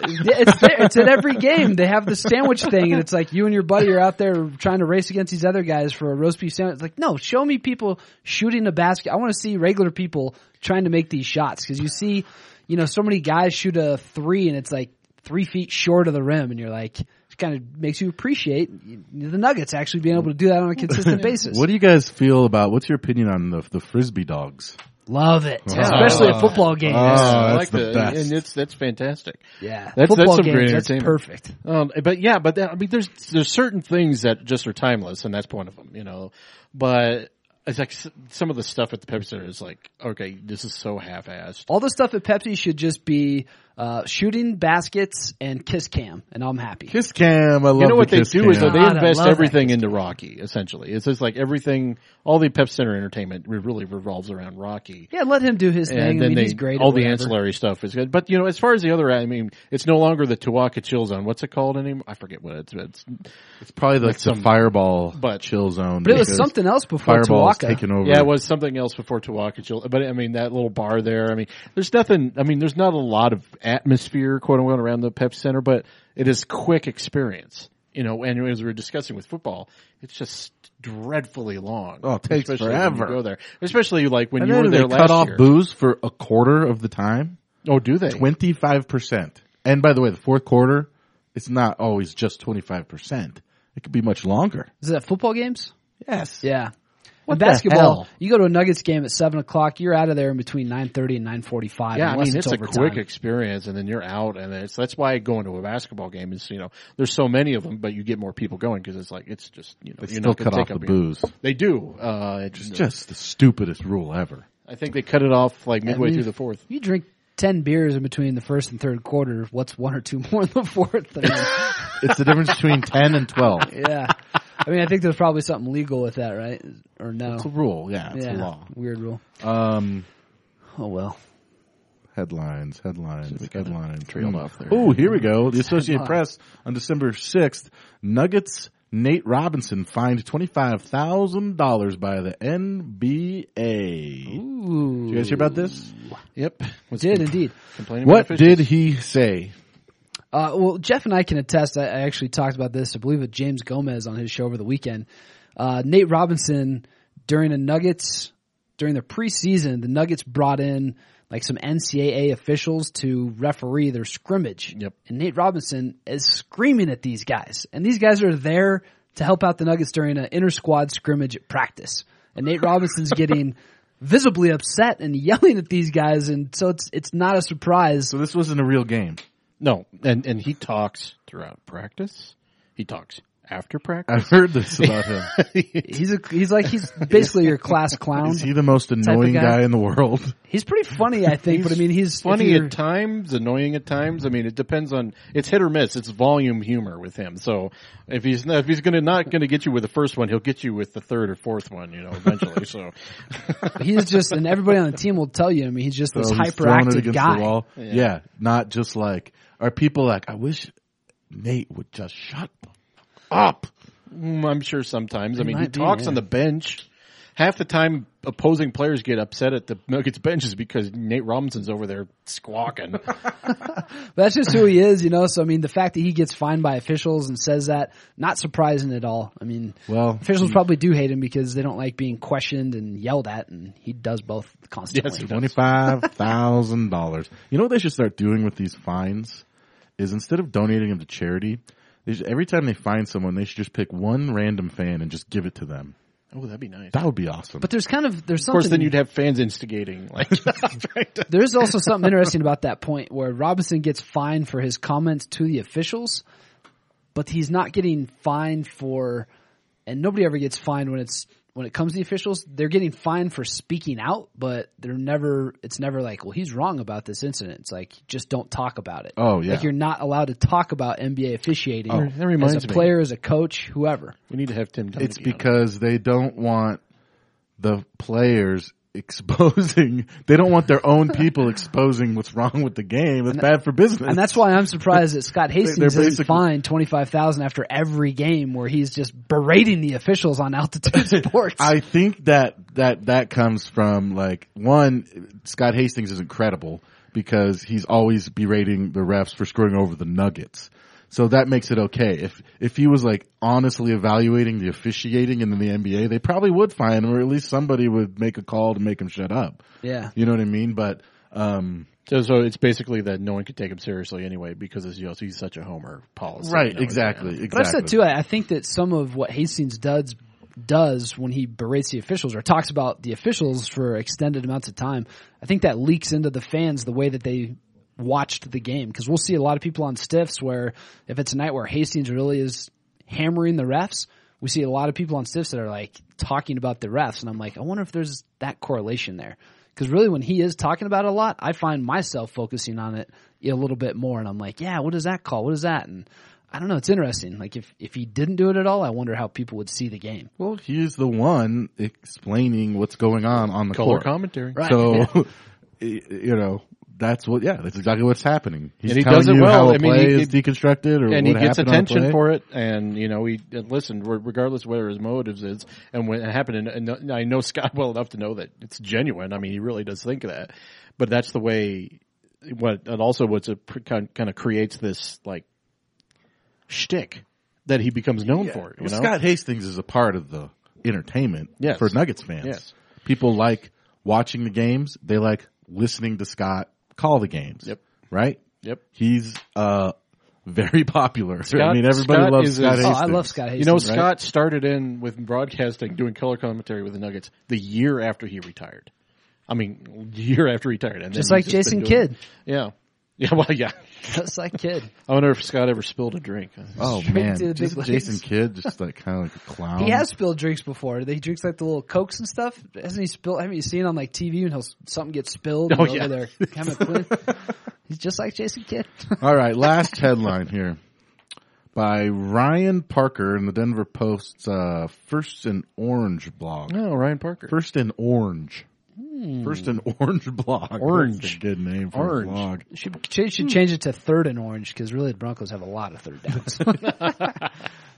Yeah, it's there. It's at every game. They have the sandwich thing, and it's like you and your buddy are out there trying to race against these other guys for a roast beef sandwich. It's like, no, show me people shooting a basket. I want to see regular people trying to make these shots because you see, you know, so many guys shoot a three, and it's like three feet short of the rim, and you're like, it kind of makes you appreciate the Nuggets actually being able to do that on a consistent basis.
What do you guys feel about? What's your opinion on the the frisbee dogs?
Love it,
Oh.
especially at football games.
Oh,
I
that's
like
the
the-
best.
and it's that's fantastic.
yeah,
that's
football
some great
games. That's
entertainment.
perfect.
Um, but yeah, but that, I mean, there's there's certain things that just are timeless, and that's one of them, you know. But it's like s- some of the stuff at the Pepsi Center is like, okay, this is so half-assed.
All the stuff at Pepsi should just be uh, shooting baskets and kiss cam, and I'm happy.
Kiss cam, I love.
You know
the
what they
kiss
do
cam.
is that they
God, I
invest
love that
everything into Rocky. Essentially, it's just like everything. All the Pepsi Center entertainment re- really revolves around Rocky.
yeah, let him do his thing.
And
I
then
mean,
they,
he's great. at
all the
whatever.
ancillary stuff is good. But you know, as far as the other, I mean, it's no longer the Tuwaka Chill Zone. What's it called anymore? I forget what it's. it's
It's probably like, the
some-
fireball
but-
chill zone.
But it was
because
something else before
Fireball's
Tuwaka.
taken over.
Yeah, it was something else before Tuwaka Chill. But I mean, that little bar there. I mean, there's nothing. I mean, there's not a lot of atmosphere, quote unquote, around the Pepsi Center, but it is quick experience. You know, and as we were discussing with football, it's just dreadfully long.
Oh, it takes
especially when you
forever.
go there, especially like when
And
you
then
were
they
there last
cut off
year.
booze for a quarter of the time.
oh, do they?
Twenty five percent. And by the way, the fourth quarter, it's not always just twenty five percent. It could be much longer.
Is that football games?
Yes.
Yeah.
What
In
the
basketball,
hell?
you go to a Nuggets game at seven o'clock. You're out of there in between nine thirty and nine forty-five.
Yeah, I
unless
mean it's, a
overtime.
quick experience, and then you're out, and it's that's why going to a basketball game is you know there's so many of them, but you get more people going because it's like it's just you know
They
you're
still
not gonna
cut off
take
the
up your-
booze.
They do. Uh, it's
It's just the stupidest rule ever.
I think they cut it off like midway
mean-
through the fourth.
You drink ten beers in between the first and third quarter. What's one or two more in the fourth? I mean,
It's the difference between ten and twelve.
yeah. I mean, I think there's probably something legal with that, right? Or no?
It's a rule. Yeah, it's a
yeah.
law.
Weird rule.
Um,
Oh well.
headlines, headlines, headlines.
trailed off there.
Oh, here we go. The Associated Press on December 6th. Nuggets Nate Robinson fined $25,000 by the NBA.
Ooh.
Did you guys hear about this?
Yep. Was
Did indeed.
complaining
What
about
did he say?
Uh, well, Jeff and I can attest. I, I actually talked about this, I believe, with James Gomez on his show over the weekend. Uh, Nate Robinson during the Nuggets during the preseason, the Nuggets brought in like some NCAA officials to referee their scrimmage.
Yep.
And Nate Robinson is screaming at these guys, and these guys are there to help out the Nuggets during an inter-squad scrimmage at practice. And Nate Robinson's getting visibly upset and yelling at these guys, and so it's it's not a surprise.
So this wasn't a real game.
No, and and he talks throughout practice. He talks after practice.
I've heard this about him.
He's a, he's like he's basically your class clown.
Is he the most annoying
guy.
guy? in the world?
He's pretty funny, I think, but I mean he's if
Funny
you're-
at times, annoying at times. I mean, it depends on it's hit or miss. It's volume humor with him. So if he's not, if he's gonna not gonna get you with the first one, he'll get you with the third or fourth one. You know, eventually. so
he's just, and everybody on the team will tell you. I mean, he's just this
So Oh, he's throwing it
hyperactive
against
guy.
The wall. Yeah. not just like are people like I wish Nate would just shut up.
Mm, I'm sure sometimes. I mean, he
might be,
talks
yeah.
on the bench. Half the time, opposing players get upset at the Nuggets benches because Nate Robinson's over there squawking.
But that's just who he is, you know. So I mean, the fact that he gets fined by officials and says that, not surprising at all. I mean,
Well,
officials
he-
probably do hate him because they don't like being questioned and yelled at, and he does both constantly.
Yes, he does.
Twenty five thousand dollars. You know what they should start doing with these fines is instead of donating them to charity, they should, every time they find someone, they should just pick one random fan and just give it to them.
oh, that'd be nice.
That would be awesome.
but there's kind of there's
of
something.
course, then you'd have fans instigating. Like,
There is also something interesting about that point where Robinson gets fined for his comments to the officials, but he's not getting fined for, and nobody ever gets fined when it's when it comes to the officials. They're getting fined for speaking out, but they're never. It's never like, well, he's wrong about this incident. It's like just don't talk about it.
Oh, yeah.
like you're not allowed to talk about NBA officiating.
Oh, that reminds
as a
me.
player, as a coach, whoever.
we need to have Tim. Dunleavy
It's
on.
because they don't want the players exposing. They don't want their own people exposing what's wrong with the game. It's bad for business.
And that's why I'm surprised that Scott Hastings isn't
basically-
fined twenty five thousand after every game where he's just berating the officials on altitude sports.
I think that that that comes from like one Scott Hastings is incredible because he's always berating the refs for screwing over the Nuggets. So that makes it okay. If if he was like honestly evaluating the officiating in the NBA, they probably would fine him, or at least somebody would make a call to make him shut up.
yeah,
You know what I mean? But um
So, so it's basically that no one could take him seriously anyway because it's, you know, he's such a homer policy.
right,
You know,
exactly, exactly.
but I've said too. I, I think that some of what Hastings does does when he berates the officials or talks about the officials for extended amounts of time, I think that leaks into the fans the way that they watched the game because we'll see a lot of people on stiffs where if it's a night where Hastings really is hammering the refs. We see a lot of people on stiffs that are like talking about the refs, and I'm like, I wonder if there's that correlation there. Because really, when he is talking about it a lot, I find myself focusing on it a little bit more, and I'm like, yeah, what is that call? What is that? And I don't know. It's interesting. Like if if he didn't do it at all, I wonder how people would see the game.
Well, he is the one explaining what's going on on the
Color
court.
commentary. Right.
So, y- you know, that's what, yeah, that's exactly what's happening. He's
And he
telling
does it
you
well.
how a
I mean,
play
he-
is deconstructed or
And he
what
gets
happened on a play.
attention for it, and you know he and listen re- regardless whether his motives is and when it happened. And, and I know Scott well enough to know that it's genuine. I mean, he really does think of that. But that's the way. What and also what's a pre- kind kind of creates this like shtick that he becomes known for. You
Well,
know,
Scott Hastings is a part of the entertainment
Yes.
for Nuggets fans.
Yes.
People like watching the games. They like listening to Scott call the games.
Yep.
Right?
Yep.
He's, uh, very popular. I
Scott-
mean, everybody
Scott
loves
is a-
Scott
Oh, I
Oh,
Hastings.
I love Scott Hastings.
You know, Scott started in with broadcasting, doing color commentary with the Nuggets the year after he retired. I mean, year after he retired, and then
Just
he's
like
been
Jason
doing-
Kidd.
Yeah, yeah, well, yeah.
just like kid.
I wonder if Scott ever spilled a drink.
Oh
Straight
man,
to the
Jason,
big
Jason
leagues.
Kidd just like kind of like a clown.
Um,
He has spilled drinks before. He drinks like the little cokes and stuff. Hasn't he spilled? Haven't you seen on like TV and he'll something gets spilled
Oh,
and
yeah.
over there? Kevin Quinn. He's just like Jason Kidd.
All right, last headline here by Ryan Parker in the Denver Post's uh, First and Orange blog.
No, Ryan Parker.
First and Orange. First and Orange blog. That's a
Hmm. Orange.
good name for
Orange.
a blog.
should
Hmm.
change, should change it to third and orange because really the Broncos have a lot of third downs.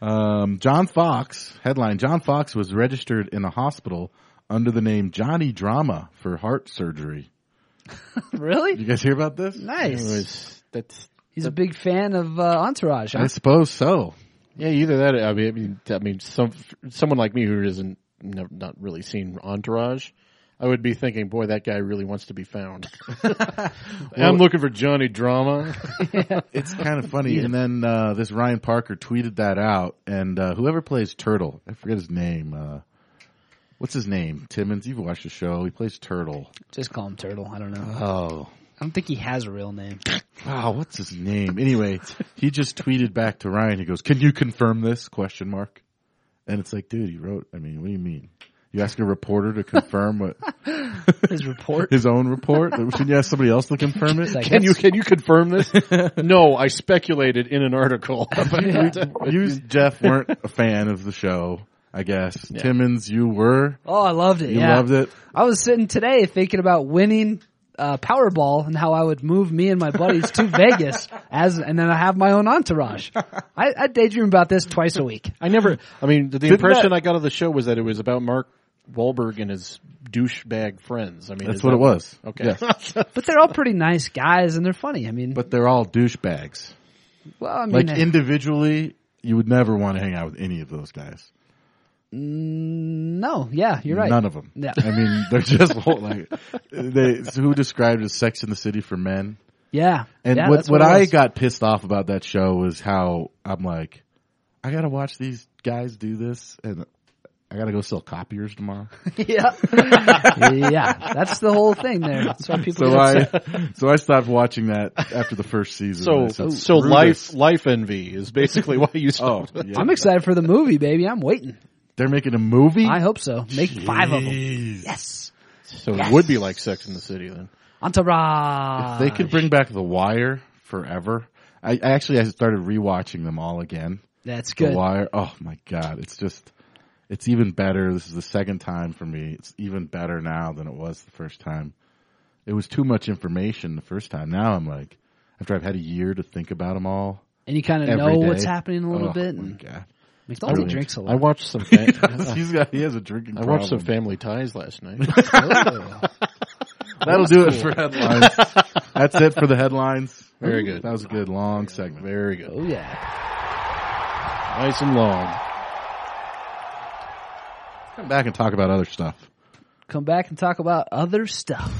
Um, John Fox, headline John Fox was registered in a hospital under the name Johnny Drama for heart surgery.
really?
You guys hear about this?
Nice.
Anyways, that's
He's a big fan of uh, Entourage.
I
Huh?
suppose so.
yeah. Either that, I mean, I mean, I mean, some someone like me who isn't never, not really seen Entourage. I would be thinking, boy, that guy really wants to be found. I'm looking for Johnny Drama.
It's kind of funny. And then uh, this Ryan Parker tweeted that out, and uh, whoever plays Turtle, I forget his name. Uh, what's his name? Timmons. You've watched the show. He plays Turtle.
Just call him Turtle. I don't know.
Oh,
I don't think he has a real name.
Wow, Ah, what's his name? Anyway, he just tweeted back to Ryan. He goes, "Can you confirm this?" Question mark. And it's like, dude, he wrote. I mean, what do you mean? You ask a reporter to confirm what
His report.
his own report? Shouldn't you ask somebody else to confirm it?
Like,
Can you
what's-
can you confirm this? no, I speculated in an article. about it.
you, Jeff, weren't a fan of the show. I guess Timmons, you were.
Oh, I loved it.
You
yeah.
loved it.
I was sitting today thinking about winning uh, Powerball and how I would move me and my buddies to Vegas as, and then I have my own entourage. I, I daydream about this twice a week.
I never. I mean, the impression
that-
I got of the show was that it was about Mark Wahlberg and his douchebag friends. I mean,
That's
is
what
that
it was.
Okay.
Yes.
But they're all pretty nice guys and they're funny. I mean,
But they're all douchebags.
well, I mean,
Like individually, you would never want to hang out with any of those guys.
no, yeah, you're right.
None of them.
Yeah.
I mean, they're just whole- like they. so who described as Sex in the City for men?
Yeah.
And
Yeah,
what
that's
what
it
I
was.
got pissed off about that show was how I'm like, I gotta watch these guys do this, and I gotta go sell copiers tomorrow.
yeah. yeah. That's the whole thing there. That's why people
So
get upset.
I so I stopped watching that after the first season.
So
I said,
so
"Screw
life
this."
life envy is basically why you
Oh,
stopped.
yeah.
I'm excited for the movie, baby. I'm waiting.
they're making a movie.
I hope so. Make five of them.
Jeez.
Yes.
So
Yes.
it would be like Sex in the City then.
Entourage.
They could bring back The Wire forever. I, I actually I started rewatching them all again.
That's
The
good.
Wire. Oh my god, it's just it's even better. This is the second time for me. It's even better now than it was the first time. It was too much information the first time. Now I'm like after I've had a year to think about them all.
And you kind of
every
know
day.
what's happening a little
oh,
bit.
My
And
god.
McDonald's drinks a
I
lot.
watched some. Fa-
He's got, he has a drinking
I
problem.
watched some Family Ties last night.
That'll do it for headlines. That's it for the headlines.
Very good.
That was a good long segment.
Very good.
oh yeah.
Nice and long.
Come back and talk about other stuff.
Come back and talk about other stuff.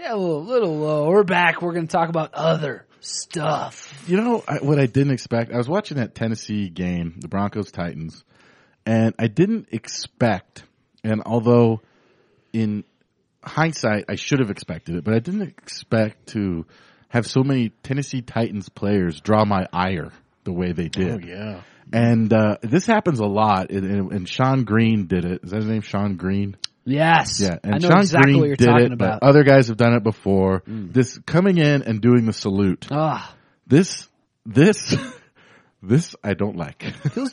Yeah, a little, little low. We're back. We're going to talk about other stuff.
You know I, what I didn't expect? I was watching that Tennessee game, the Broncos Titans, and I didn't expect, and although in hindsight I should have expected it, but I didn't expect to have so many Tennessee Titans players draw my ire the way they did.
Oh yeah.
And uh, this happens a lot, and, and, and Sean Green did it. Is that his name, Sean Green?
Yes.
Yeah, and
I know
Sean
exactly
Green
what you're
did
talking
it,
about. Mm.
but other guys have done it before. This coming in and doing the salute.
Ah,
This, this, this I don't like.
feels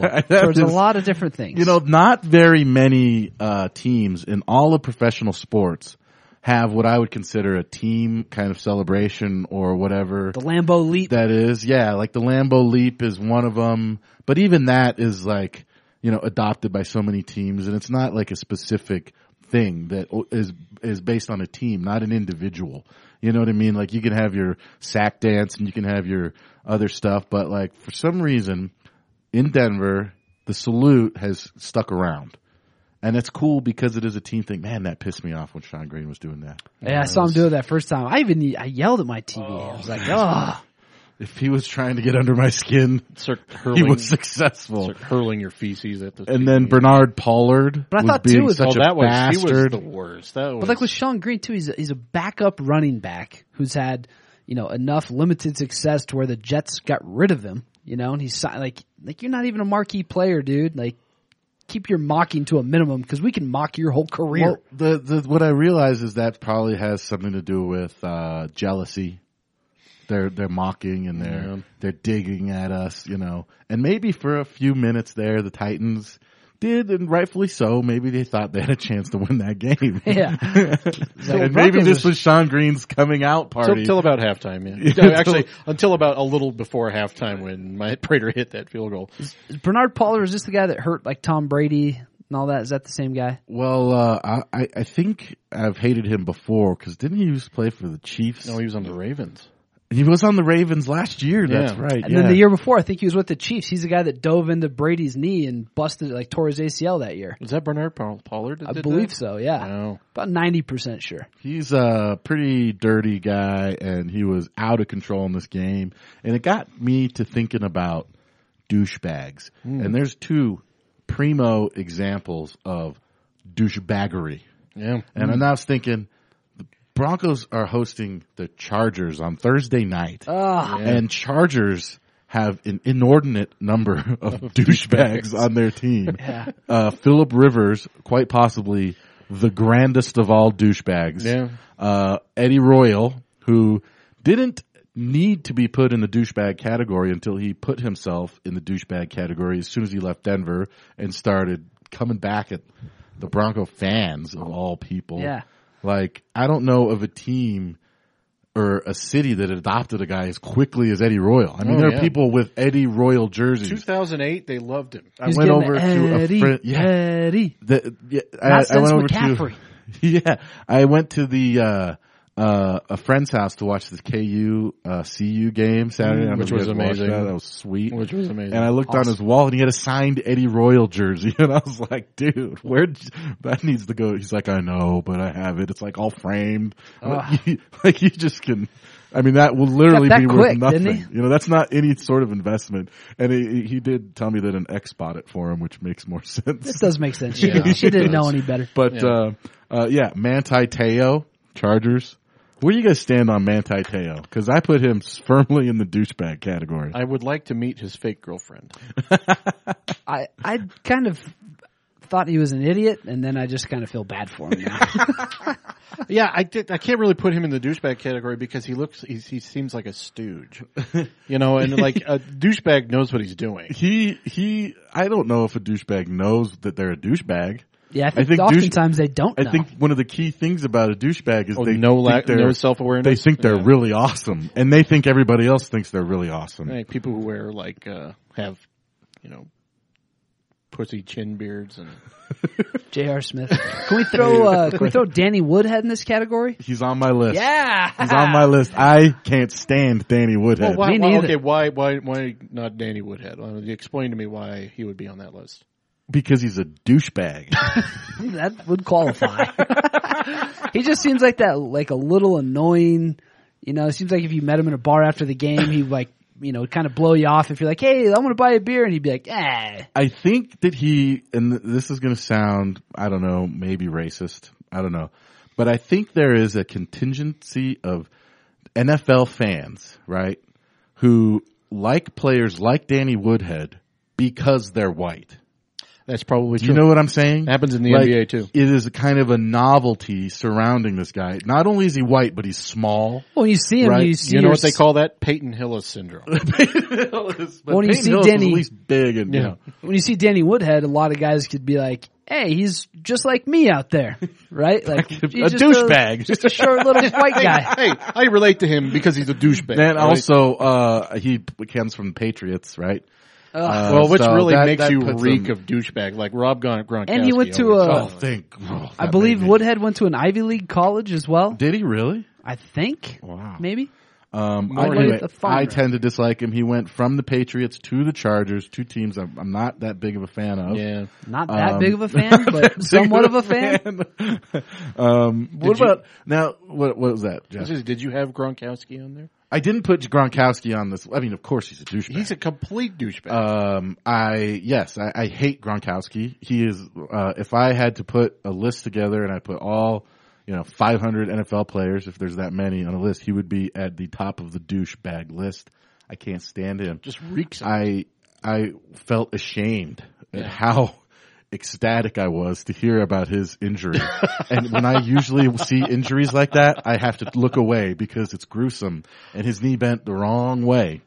That
towards a
is-
lot of different things.
you know, not very many uh, teams in all of professional sports have what I would consider a team kind of celebration or whatever
the Lambo leap.
that is. Yeah, like the Lambo Leap is one of them, but even that is like, you know, adopted by so many teams and it's not like a specific thing that o- is is based on a team, not an individual. You know what I mean? Like you can have your sack dance and you can have your other stuff, but like for some reason in Denver, the salute has stuck around. And it's cool because it is a team thing. Man, that pissed me off when Sean Green was doing that.
Yeah, I saw him do it that first time. I even I yelled at my TV. I was like, "Oh,
If he was trying to get under my skin,
Start
he
hurling,
was successful.
start hurling your feces at the.
and then Bernard Pollard
But I
was
thought,
being
too, with-
such
Oh,
a
that was he was
bastard.
the worst. That was.
But like with Sean Green too, he's a, he's a backup running back who's had you know enough limited success to where the Jets got rid of him. You know, and he's si- like like you're not even a marquee player, dude. Like keep your mocking to a minimum because we can mock your whole career.
well, the, the what I realize is that probably has something to do with uh, jealousy. They're they're mocking and they're
Yeah.
they're digging at us, you know. And maybe for a few minutes there, the Titans did, and rightfully so. Maybe they thought they had a chance to win that game.
yeah,
and
Broncos
maybe this
was-
was Sean Green's coming out
Till,
party.
till about halftime, yeah.
Yeah,
No, actually, until about a little before halftime when my Prater hit that field goal.
Bernard Pollard is this the guy that hurt like Tom Brady and all that? Is that the same guy?
well, uh, I- I I think I've hated him before because didn't he used to play for the Chiefs?
No, he was on the Ravens.
He was on the Ravens last year. That's
Yeah.
right.
And
yeah.
then the year before, I think he was with the Chiefs. He's the guy that dove into Brady's knee and busted like tore his ACL that year.
Was that Bernard Paul- Pollard? that
I
did
believe
that?
so. Yeah,
No.
about ninety percent sure.
He's a pretty dirty guy and he was out of control in this game. And it got me to thinking about douchebags.
Hmm.
And there's two primo examples of douchebaggery.
Yeah.
And I was thinking, the Broncos are hosting the Chargers on Thursday night.
Ah,
And Chargers have an inordinate number of douchebags on their team. Uh, Philip Rivers, quite possibly the grandest of all douchebags.
Yeah.
Uh, Eddie Royal, who didn't need to be put in the douchebag category until he put himself in the douchebag category as soon as he left Denver and started coming back at the Bronco fans of all people.
Yeah.
Like, I don't know of a team or a city that adopted a guy as quickly as Eddie Royal. I mean,
Oh,
there are
yeah.
people with Eddie Royal jerseys.
2008, they loved him.
I
he's
went
getting
over
the
to a
Eddie,
friend. Yeah,
Eddie.
the, yeah, I,
Not
I went
since
over
McCaffrey.
to. Yeah, I went to the uh, uh, a friend's house to watch the KU uh, CU game Saturday,
Mm,
I don't know
which
if you
was
guys watched
amazing.
That. That was sweet.
Which was amazing.
And I looked on his wall, and he had a signed Eddie Royal jersey, and I was like, "Dude, where that needs to go?" He's like, "I know, but I have it. It's like all framed. I'm Like, you, like, you just can." I mean, that will literally
that
be worth
quick, didn't
nothing.
he?
You know, that's not any sort of investment. And he, he did tell me that an ex bought it for him, which makes more sense.
This does make sense. She,
Yeah.
didn't- she didn't know any better.
But
Yeah.
uh, uh, yeah, Manti Te'o, Chargers. Where do you guys stand on Manti Te'o? Because I put him firmly in the douchebag category.
I would like to meet his fake girlfriend.
I I kind of thought he was an idiot, and then I just kind of feel bad for him now.
Yeah, I did, I can't really put him in the douchebag category because he looks he's, he seems like a stooge, you know, and like a douchebag knows what he's doing.
he he. I don't know if a douchebag knows that they're a douchebag.
yeah, I
I
think,
think douche-
oftentimes they don't.
I
know.
think one of the key things about a douchebag is
Oh,
they
no
think
lack,
they're-
no self
They
awareness.
think they're really awesome, and they think everybody else thinks they're really awesome.
like people who wear like uh have you know pussy chin beards and
J.R. Smith. Can we throw uh, Can we throw Danny Woodhead in this category?
He's on my list.
Yeah,
He's on my list. I can't stand Danny Woodhead.
why,
Me
why-
neither.
okay why why why not Danny Woodhead? Well, explain to me why he would be on that list.
because he's a douchebag.
that would qualify. he just seems like that, like a little annoying. You know, it seems like if you met him in a bar after the game, he would like you know kind of blow you off. If you're like, hey, I want to buy a beer, and he'd be like, eh.
I think that he, and th- this is going to sound, I don't know, maybe racist. I don't know. But I think there is a contingency of NFL fans, right? Who like players like Danny Woodhead because they're white.
That's probably
Do
true.
you know what I'm saying?
Happens in the NBA too.
It is a kind of a novelty surrounding this guy. Not only is he white, but he's small.
Well, when you see him,
Right.
you see
you know
your
what they
s-
call that? Peyton Hillis syndrome.
But
When you
Peyton Hillis
see
was
Danny-
at least big and you
Yeah.
know,
when you see Danny Woodhead, a lot of guys could be like, "Hey, he's just like me out there, right? Like
a
he's just
douchebag.
just a short little white guy."
hey, I relate to him because he's a douchebag.
And
right?
also, uh, he comes from the Patriots, right? Uh,
well, which
so
really
that-
makes
that
you
puts
reek
him-
of douchebag, like Rob Gron- Gronkowski.
And he went to
always.
a-
Oh, thank. oh,
I
that
believe
made me-
Woodhead went to an Ivy League college as well.
Did he really?
I think.
Wow.
Maybe.
Um, I,
More
anyway,
like the farm
I
rat.
tend to dislike him. He went from the Patriots to the Chargers, two teams I'm, I'm not that big of a fan of.
yeah.
Not that
Um,
big of a fan,
That
but
big
somewhat of a fan.
um, what
you-
about now? What what was that? Jeff?
This is- Did you have Gronkowski on there?
I didn't put Gronkowski on this. I mean, of course he's a douchebag.
He's a complete douchebag.
Um, I yes, I, I hate Gronkowski. He is. Uh, if I had to put a list together and I put all, you know, 500 NFL players, if there's that many on a list, he would be at the top of the douchebag list. I can't stand him.
just reeks. of-
I I felt ashamed at how ecstatic I was to hear about his injury. and when I usually see injuries like that, I have to look away because it's gruesome and his knee bent the wrong way.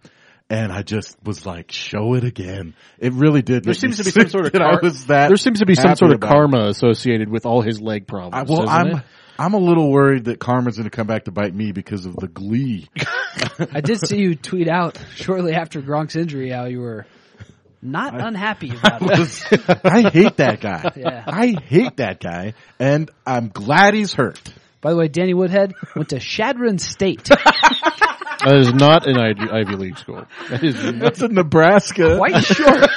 And I just was like, show it again. It really did.
there
make me
seems to be some
sick
sort of
that I
car-
was that
there seems to be some
happy
sort of
about it.
karma associated with all his leg
I,
problems.
well,
doesn't
I'm
it?
I'm a little worried that karma's going to come back to bite me because of the glee.
I did see you tweet out shortly after Gronk's injury how you were not unhappy about it.
I hate that guy.
Yeah.
I hate that guy, and I'm glad he's hurt.
By the way, Danny Woodhead went to Shadron State.
That is not an Ivy Ivy League school. That is not,
That's in Nebraska.
Quite short.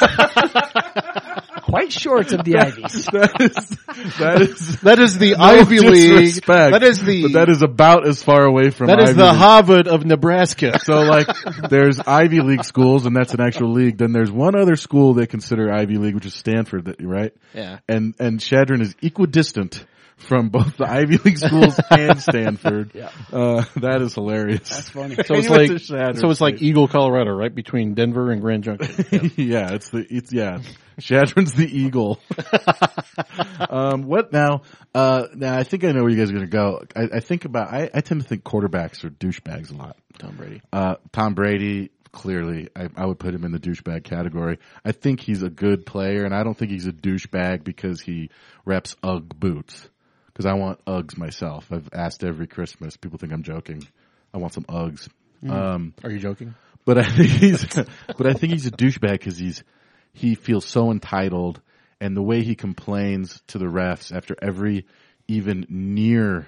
Quite short of the Ivies.
That is, that is
that is the
no
Ivy League.
disrespect,
That is the
but that is about as far away from
that is
Ivy
the
League.
Harvard of Nebraska.
So like, there's Ivy League schools, and that's an actual league. Then there's one other school they consider Ivy League, which is Stanford, that- right?
Yeah.
And and Shadron is equidistant from both the Ivy League schools and Stanford.
Yeah.
Uh, that is hilarious. That's
funny.
So it's like so it's like Eagle, Colorado, right between Denver and Grand Junction.
yeah, it's the it's yeah. Shadron's the eagle. um, what now? Uh, now I think I know where you guys are going to go. I, I think about I, I tend to think quarterbacks are douchebags a lot.
Tom Brady.
Uh, Tom Brady clearly I, I would put him in the douchebag category. I think he's a good player, and I don't think he's a douchebag because he reps UGG boots. Because I want Uggs myself. I've asked every Christmas. People think I'm joking. I want some Uggs. Um,
Are you joking?
but I think he's, but I think he's a douchebag because he's, he feels so entitled, and the way he complains to the refs after every even near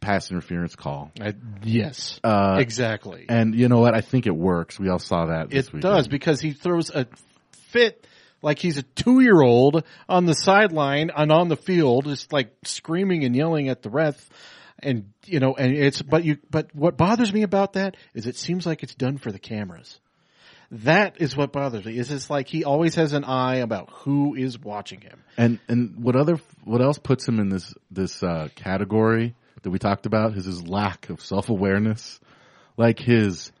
pass interference call.
I, yes.
Uh,
exactly.
And you know what? I think it works. We all saw that. this
It
weekend.
does because he throws a fit like he's a two year old on the sideline and on the field, just like screaming and yelling at the ref. And you know, and it's but you but what bothers me about that is it seems like it's done for the cameras. That is what bothers me. Is it's like he always has an eye about who is watching him.
And and what other what else puts him in this this uh, category that we talked about is his lack of self awareness, like his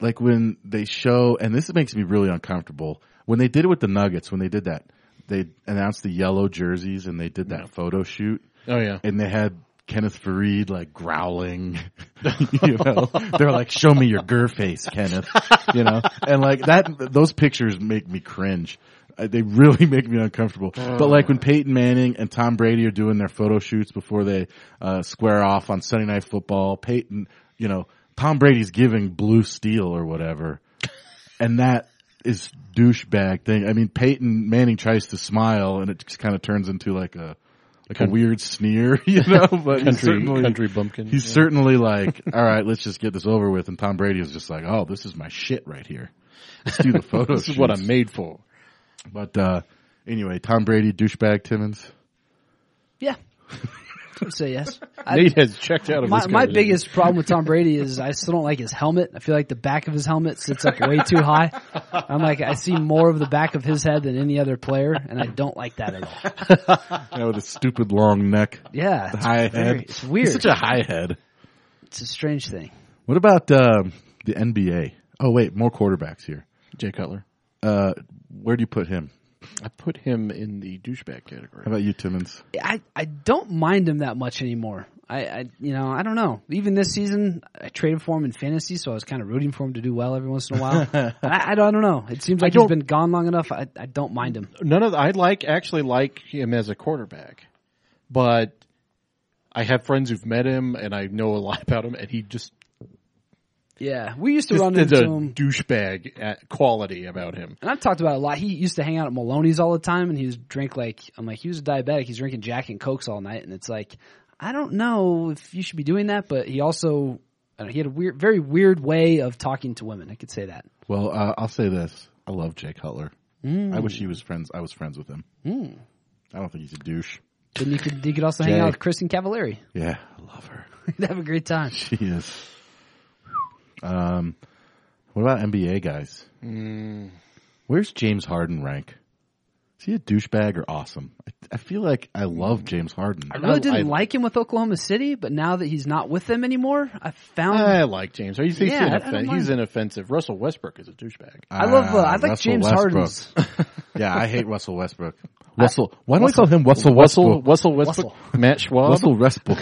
like when they show and this makes me really uncomfortable when they did it with the Nuggets when they did that they announced the yellow jerseys and they did that photo shoot
Oh yeah.
and they had Kenneth Fareed like growling, you know, they're like, show me your gur face, Kenneth, you know, and like that, those pictures make me cringe. Uh, They really make me uncomfortable. But like when Peyton Manning and Tom Brady are doing their photo shoots before they, uh, square off on Sunday night football, Peyton, you know, Tom Brady's giving blue steel or whatever. And that is douchebag thing. I mean, Peyton Manning tries to smile and it just kind of turns into like a, like a weird sneer, you know, but he's
Country
certainly,
country bumpkin.
he's
yeah.
certainly like, all right, let's just get this over with. And Tom Brady is just like, oh, this is my shit right here. Let's do the photo.
this is what
shoots.
I'm made for.
But, uh, anyway, Tom Brady, douchebag Timmons.
Yeah. I would say yes. I-
Nate has checked out of
my,
this
my
conversation.
biggest problem with Tom Brady is I still don't like his helmet. I feel like the back of his helmet sits up way too high. I'm like, I see more of the back of his head than any other player, and I don't like that at all.
You know, with a stupid long neck,
Yeah. It's,
high
very-
head.
it's
He's
weird.
such a high head.
it's a strange thing.
What about, um, the NBA? Oh, wait, more quarterbacks here.
Jay Cutler.
Uh, where do you put him?
I put him in the douchebag category.
How about you, Timmons?
I, I don't mind him that much anymore. I, I you know I don't know. Even this season, I traded for him in fantasy, so I was kind of rooting for him to do well every once in a while. And I, I don't I don't know. It seems like he's
don't-
been gone long enough. I, I don't mind him.
none of the, I like actually like him as a quarterback, but I have friends who've met him and I know a lot about him, and he just
Yeah, we used to
just
run
there's
into
a
him.
douchebag at- quality about him.
and I've talked about it a lot. He used to hang out at Maloney's all the time, and he was drink like I'm like he was a diabetic. He's drinking Jack and Cokes all night, and it's like I don't know if you should be doing that, but he also I don't know, he had a weird, very weird way of talking to women. I could say that.
Well, uh, I'll say this: I love Jay Cutler.
Mm.
I wish he was friends. I was friends with him. I don't think he's a douche.
Then you could you could also hang
Jay.
out with Kristen Cavallari.
Yeah, I love her.
You'd have a great time.
She is. Um, what about NBA guys?
Mm.
Where's James Harden rank? Is he a douchebag or awesome? I, I feel like I love James Harden.
Mm. I really didn't
I-
like him with Oklahoma City, but now that he's not with them anymore, I found
I like James. He's, he's,
Um, Yeah, I
inoff-
don't mind.
he's inoffensive. Russell Westbrook is a douchebag.
I love. Uh, I
Ah,
like
Russell
James
Westbrook.
Harden's.
Yeah, I hate Russell Westbrook. Russell, why don't we call him Russell
Russell
Westbrook?
Russell Westbrook, Matt Schwab.
Russell Westbrook.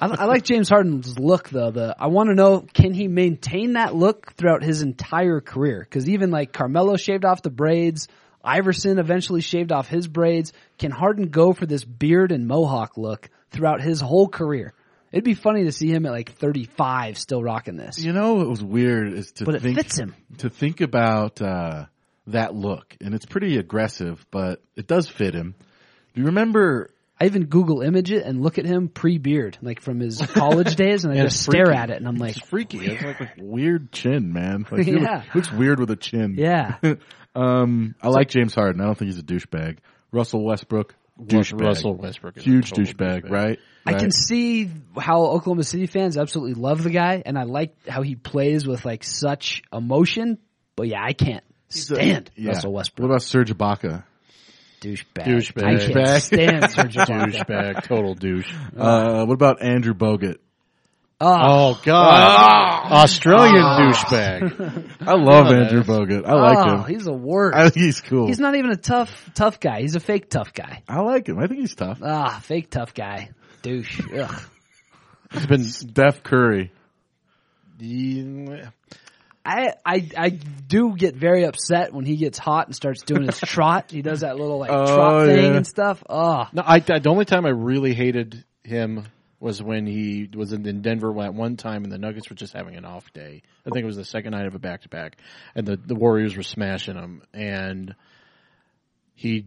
I, I like James Harden's look though. The I want to know can he maintain that look throughout his entire career? Because even like Carmelo shaved off the braids, Iverson eventually shaved off his braids. Can Harden go for this beard and mohawk look throughout his whole career? It'd be funny to see him at like 35 still rocking this.
You know what was weird is to
But it
think
fits him.
to think about uh, that look, and it's pretty aggressive, but it does fit him. Do you remember
I even Google image it and look at him pre beard, like from his college days, and I
And
just
it's
stare
freaky.
at it and I'm like,
It's freaky. It's like a weird chin, man. Like, he look-
Yeah.
looks weird with a chin.
yeah,
Um, I like James Harden. I don't think he's a douchebag. Russell Westbrook, douchebag.
Russell Westbrook, is a
huge
total
douchebag, right?
I
Right.
can see how Oklahoma City fans absolutely love the guy, and I like how he plays with like such emotion. But yeah, I can't
a-
stand
yeah.
Russell
What
Westbrook,
about Serge Ibaka?
douchebag.
Douchebag.
I can't
Douchebag.
stand Serge Ibaka.
douchebag, total douche.
Uh, what about Andrew Bogut?
Oh,
Oh God, Australian douchebag.
I love
Oh, that
Andrew
is-
Bogut. I like
oh,
him.
He's the worst.
I think he's cool.
he's not even a tough tough guy. He's a fake tough guy.
I like him. I think he's tough.
Ah, fake tough guy. Douche. Ugh.
It's been
Steph Curry.
I, I I do get very upset when he gets hot and starts doing his trot. He does that little like
Oh,
trot thing
yeah.
and stuff. Oh,
no. I, I- the only time I really hated him was when he was in, in Denver at one time, and the Nuggets were just having an off day. I think it was the second night of a back to back, and the the Warriors were smashing him, and. He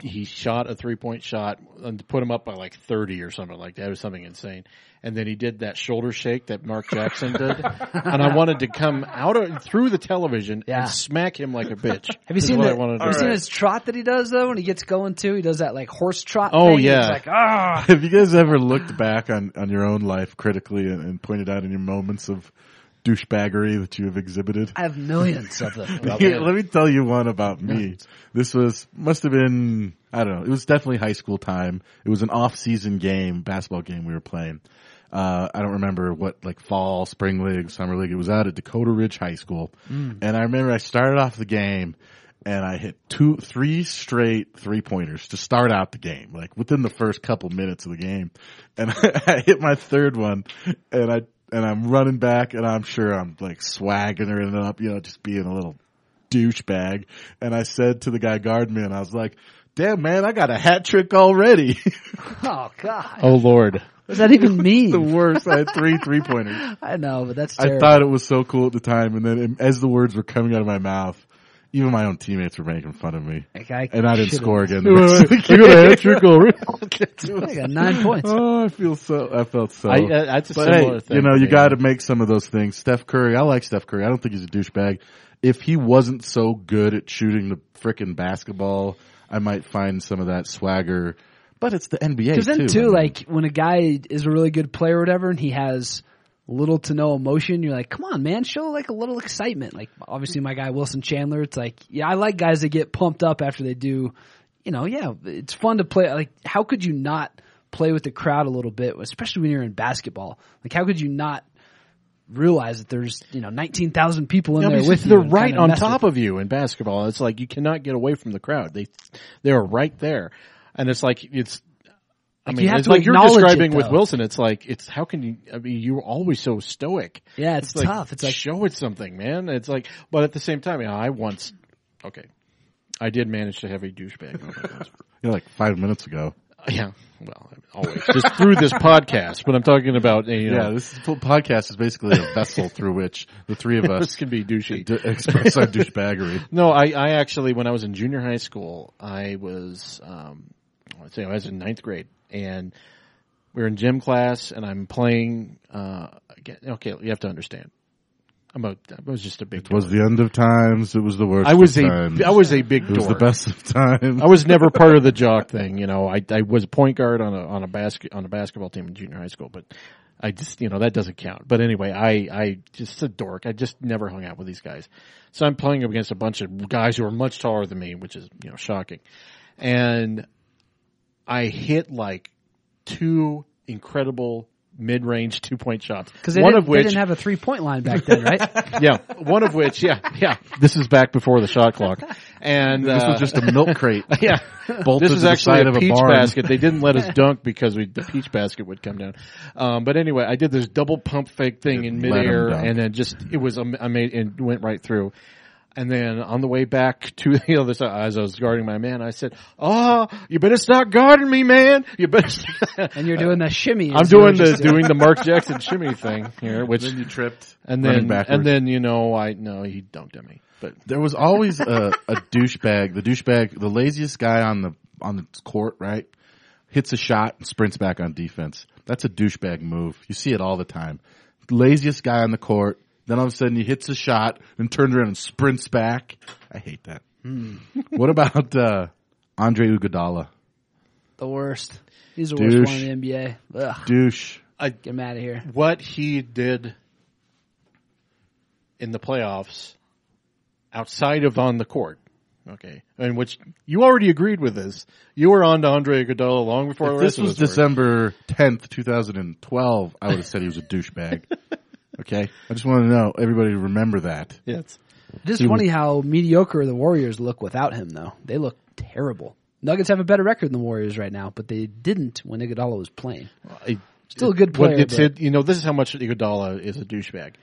he shot a three point shot and put him up by like thirty or something like that. It was something insane. And then he did that shoulder shake that Mark Jackson did, and I wanted to come out of, through the television
Yeah.
and smack him like a bitch.
have you
Is
seen
what
the,
I wanted to
have you
do.
seen his trot that he does though when he gets going too? He does that like horse trot.
Oh,
thing. He's
yeah.
like ah.
Have you guys ever looked back on, on your own life critically and, and pointed out any moments of douchebaggery that you have exhibited?
I have millions of them.
Here, let me tell you one about me. This was must have been I don't know. It was definitely high school time. It was an off-season game, basketball game we were playing. Uh, I don't remember what like fall, spring league, summer league. It was out at Dakota Ridge High School, and I remember I started off the game. And I hit two, three straight three pointers to start out the game, like within the first couple minutes of the game. And I hit my third one and I, and I'm running back and I'm sure I'm like swagging it up, you know, just being a little douchebag. And I said to the guy guarding me, and I was like, damn man, I got a hat trick already.
oh god,
Oh Lord.
what does that even mean?
the worst. I had three three pointers.
I know, but that's
I
terrible.
thought it was so cool at the time. And then um, as the words were coming out of my mouth, even my own teammates were making fun of me.
Like, I
And I didn't
should've-
score again.
I got nine points.
oh, I feel so, I felt so.
I, uh, that's a
But
similar
hey,
thing.
you know, you
Yeah.
got to make some of those things. Steph Curry, I like Steph Curry. I don't think he's a douchebag. If he wasn't so good at shooting the frickin' basketball, I might find some of that swagger. But it's the NBA
Because
too.
then
I
too,
mean,
like when a guy is a really good player or whatever, and he has little to no emotion, you're like, come on, man, show like a little excitement. Like obviously, my guy Wilson Chandler, it's like, yeah, I like guys that get pumped up after they do. You know, yeah, it's fun to play. Like, how could you not play with the crowd a little bit, especially when you're in basketball? Like, how could you not? Realize that there's you know nineteen thousand people in
Yeah,
there
because
with you
they're
and
right
kinda
on
mess with
top of you in basketball. It's like you cannot get away from the crowd. They they are right there, and it's like it's. I
Like,
mean,
you have
it's
to
like you're
acknowledge it,
describing with
though.
Wilson. It's like it's how can you? I mean, you're always so stoic.
Yeah, it's
like,
tough. It's like-
show it something, man. It's like, but at the same time, you know, I once, okay, I did manage to have a douchebag. moment once.
you know, like five minutes ago.
yeah, well, always just through this podcast. But I'm talking about you
Yeah,
know,
this po- podcast is basically a vessel through which the three of
this
us
can be douchey.
d- express our douchebaggery.
No, I, I actually, when I was in junior high school, I was, um, I would say I was in ninth grade and we were in gym class and I'm playing, uh, again, okay, you have to understand. I'm a, I was just a big,
It was the end of times. It was the worst.
I was
of
a,
times.
I was a big
It was the
dork.
best of times.
I was never part of the jock thing, you know. I I was a point guard on a on a basket on a basketball team in junior high school, but I just you know that doesn't count. But anyway, I I just a dork. I just never hung out with these guys, so I'm playing up against a bunch of guys who are much taller than me, which is you know shocking. And I hit like two incredible mid range two point shots,
Because they,
one
didn't-
of
they
which
didn't have a three point line back then, right?
yeah, one of which yeah yeah this is back before the shot clock, and
this
uh,
was just a milk crate.
yeah.
Bolted
this is
to the
actually
side
a
of a
peach
barn.
basket. They didn't let us dunk because we, the peach basket would come down. Um, but anyway, I did this double pump fake thing in
Let 'em
midair
dunk.
and then just, it was, am- I made, and went right through. And then on the way back to the other side, as I was guarding my man, I said, Oh, you better stop guarding me, man. You better. Stop.
And you're doing the shimmy.
I'm
as you were
doing the,
just
doing the Mark Jackson shimmy thing here, which,
then you tripped.
and
running
then,
backwards.
and then, you know, I, no, he dunked at me, but
there was always a, a douchebag, the douchebag, the laziest guy on the on the court, right? hits a shot and sprints back on defense. That's a douchebag move. You see it all the time. Laziest guy on the court. Then all of a sudden he hits a shot and turns around and sprints back. I hate that. what about uh, Andre Iguodala?
The worst. He's the
Douche.
worst one in the NBA. Ugh,
Douche.
get him out of here.
What he did in the playoffs outside of on the court. Okay. And which you already agreed with this. You were on to Andre Iguodala long before the
If
rest
this was
of us were.
December 10th, 2012, I would have said he was a douchebag. Okay? I just want to know, everybody to remember that.
Yes.
It is funny how mediocre the Warriors look without him, though. They look terrible. Nuggets have a better record than the Warriors right now, but they didn't when Iguodala was playing.
I-
Still a good
What
player.
it's
but-
it, you know, this is how much Iguodala is a douchebag.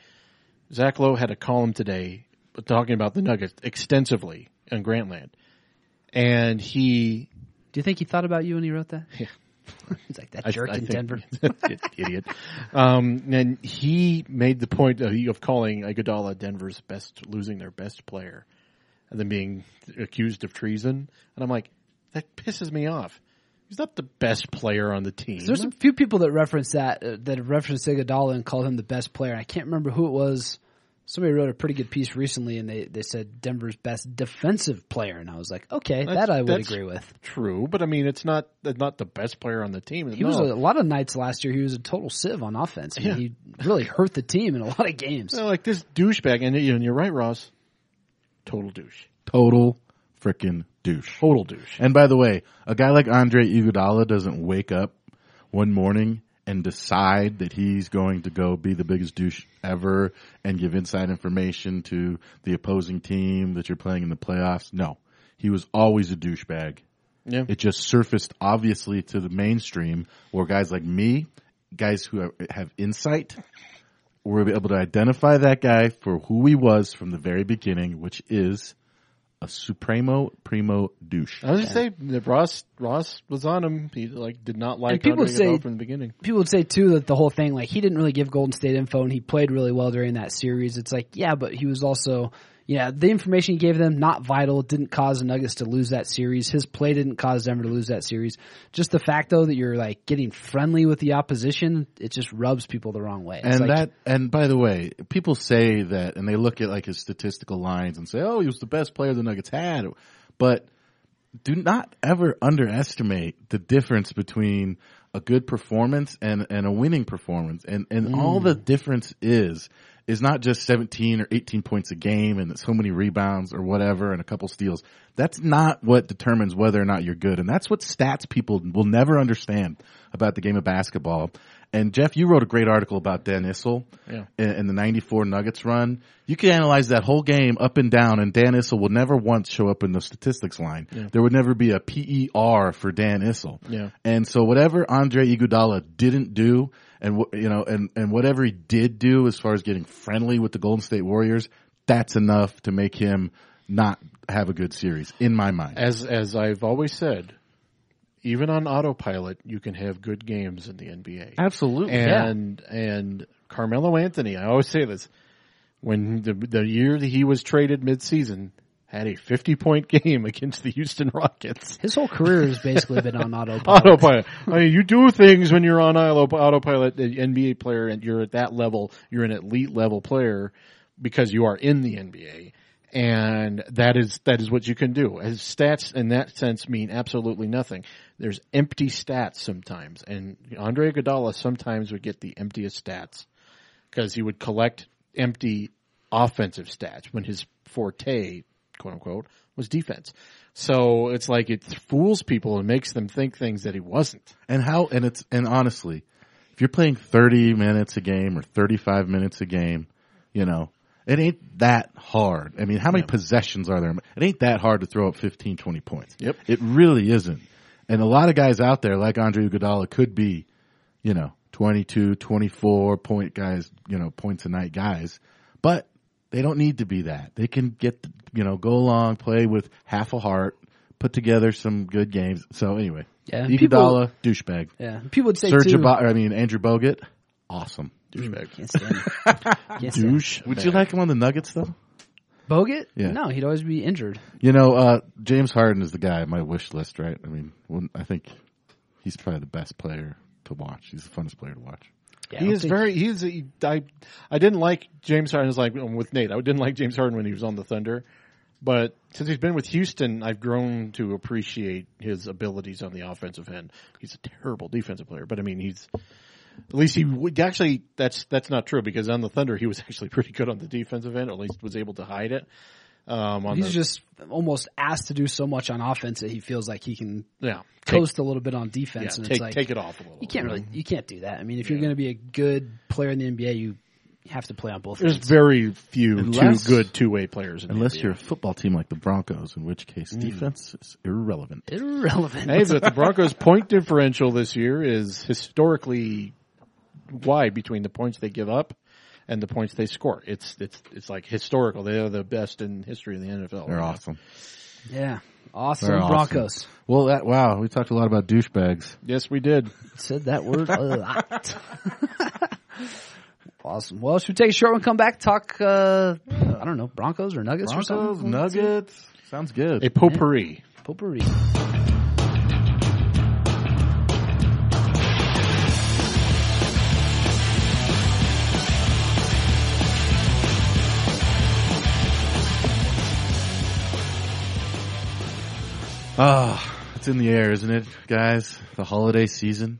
Zach Lowe had a column today talking about the Nuggets extensively in Grantland, and he,
do you think he thought about you when he wrote that?
Yeah.
He's like that
I-
jerk
I
in
think-
Denver.
idiot, um, and he made the point of, of calling Iguodala Denver's best, losing their best player, and then being accused of treason. And I'm like, that pisses me off. He's not the best player on the team.
There's a few people that reference that uh, that reference Iguodala and called him the best player. I can't remember who it was. Somebody wrote a pretty good piece recently, and they, they said Denver's best defensive player, and I was like, okay,
That's-
that I would
that's-
agree with.
True, but I mean, it's not it's not the best player on the team.
He was a, a lot of nights last year. He was a total sieve on offense. I mean,
Yeah.
He really hurt the team in a lot of games.
So, like this douchebag, and, you- and you're right, Ross. Total douche.
Total freaking douche.
Total douche.
And by the way, a guy like Andre Iguodala doesn't wake up one morning and decide that he's going to go be the biggest douche ever and give inside information to the opposing team that you're playing in the playoffs. No. He was always a douchebag.
Yeah.
It just surfaced obviously to the mainstream where guys like me, guys who are- have insight, were able to identify that guy for who he was from the very beginning, which is a supremo primo douche.
I was just saying that Ross Ross was on him. He like did not like
And people
Andre Iguodala
say-
from the beginning.
People would say too that the whole thing, like he didn't really give Golden State info, and he played really well during that series. It's like, yeah, but he was also, yeah, the information he gave them not vital. It didn't cause the Nuggets to lose that series. His play didn't cause Denver to lose that series. Just the fact though that you're like getting friendly with the opposition, it just rubs people the wrong way. It's
And
like,
that, and by the way, people say that, and they look at like his statistical lines and say, "Oh, he was the best player the Nuggets had," but do not ever underestimate the difference between a good performance and, and a winning performance. And, and all the difference is, is not just 17 or 18 points a game and so many rebounds or whatever and a couple steals. That's not what determines whether or not you're good. And that's what stats people will never understand about the game of basketball. And Jeff, you wrote a great article about Dan Issel
Yeah.
in, in the 94 Nuggets run. You can analyze that whole game up and down, and Dan Issel will never once show up in the statistics line. There would never be a PER for Dan Issel.
Yeah.
And so whatever Andre Iguodala didn't do, and wh- you know, and, and whatever he did do as far as getting friendly with the Golden State Warriors, that's enough to make him not have a good series, in my mind.
As as I've always said, even on autopilot, you can have good games in the NBA.
Absolutely.
and and Carmelo Anthony. I always say this when the the year that he was traded midseason had a fifty point game against the Houston Rockets.
his whole career has basically been on autopilot.
Autopilot. I mean, you do things when you're on auto- autopilot, the NBA player, and you're at that level. You're an elite level player because you are in the NBA, and that is that is what you can do. As stats in that sense mean absolutely nothing. There's empty stats sometimes, and Andre Iguodala sometimes would get the emptiest stats because he would collect empty offensive stats when his forte, quote unquote, was defense. So it's like it fools people and makes them think things that he wasn't.
And how, and it's, and honestly, if you're playing 30 minutes a game or 35 minutes a game, you know, it ain't that hard. I mean, how many possessions are there? It ain't that hard to throw up 15, 20 points.
Yep.
It really isn't. And a lot of guys out there, like Andre Iguodala, could be, you know, 22, 24 point guys, you know, points a night guys, but they don't need to be that. They can get, you know, go along, play with half a heart, put together some good games. So anyway,
Yeah, and people-
Iguodala, douchebag.
yeah, people would say
Serge
too.
Ibaka, I mean Andrew Bogut, awesome.
Can't stand him. Can't stand him.
Douche. Would you like him on the Nuggets though?
Bogut?
Yeah.
No, he'd always be injured.
You know, uh, James Harden is the guy on my wish list, right? I mean, when, I think He's probably the best player to watch. He's the funnest player to watch.
Yeah, I
He
don't
is
think-
very. He's. He, I. I didn't like James Harden. It's like um, with Nate. I didn't like James Harden when he was on the Thunder, but since he's been with Houston, I've grown to appreciate his abilities on the offensive end. He's a terrible defensive player, but I mean, he's at least he would actually. That's that's not true because on the Thunder he was actually pretty good on the defensive end. Or at least was able to hide it. Um, on
He's
the,
just almost asked to do so much on offense that he feels like he can
yeah, take,
coast a little bit on
yeah,
defense, and
take,
it's like
take it Mm-hmm. off a little.
you can't really you can't do that. I mean, if you're going to be a good player in the NBA, you have to play on both.
There's
ends.
very few
Unless-
two good two way players. In the
Unless
NBA.
you're a football team like the Broncos, in which case defense is irrelevant.
irrelevant.
Hey, but the Broncos' point differential this year is historically wide between the points they give up and the points they score. It's it's it's like historical. They are the best in history of the NFL.
They're awesome.
Yeah, awesome
They're awesome.
Broncos.
Well, that wow, we talked a lot about douchebags.
Yes, we did.
Said that word a lot. awesome. Well, should we take a short one? Come back, talk. Uh, I don't know, Broncos or Nuggets or
Broncos,
something.
Nuggets, sounds good.
A potpourri.
Potpourri.
Ah, it's in the air, isn't it, guys? The holiday season.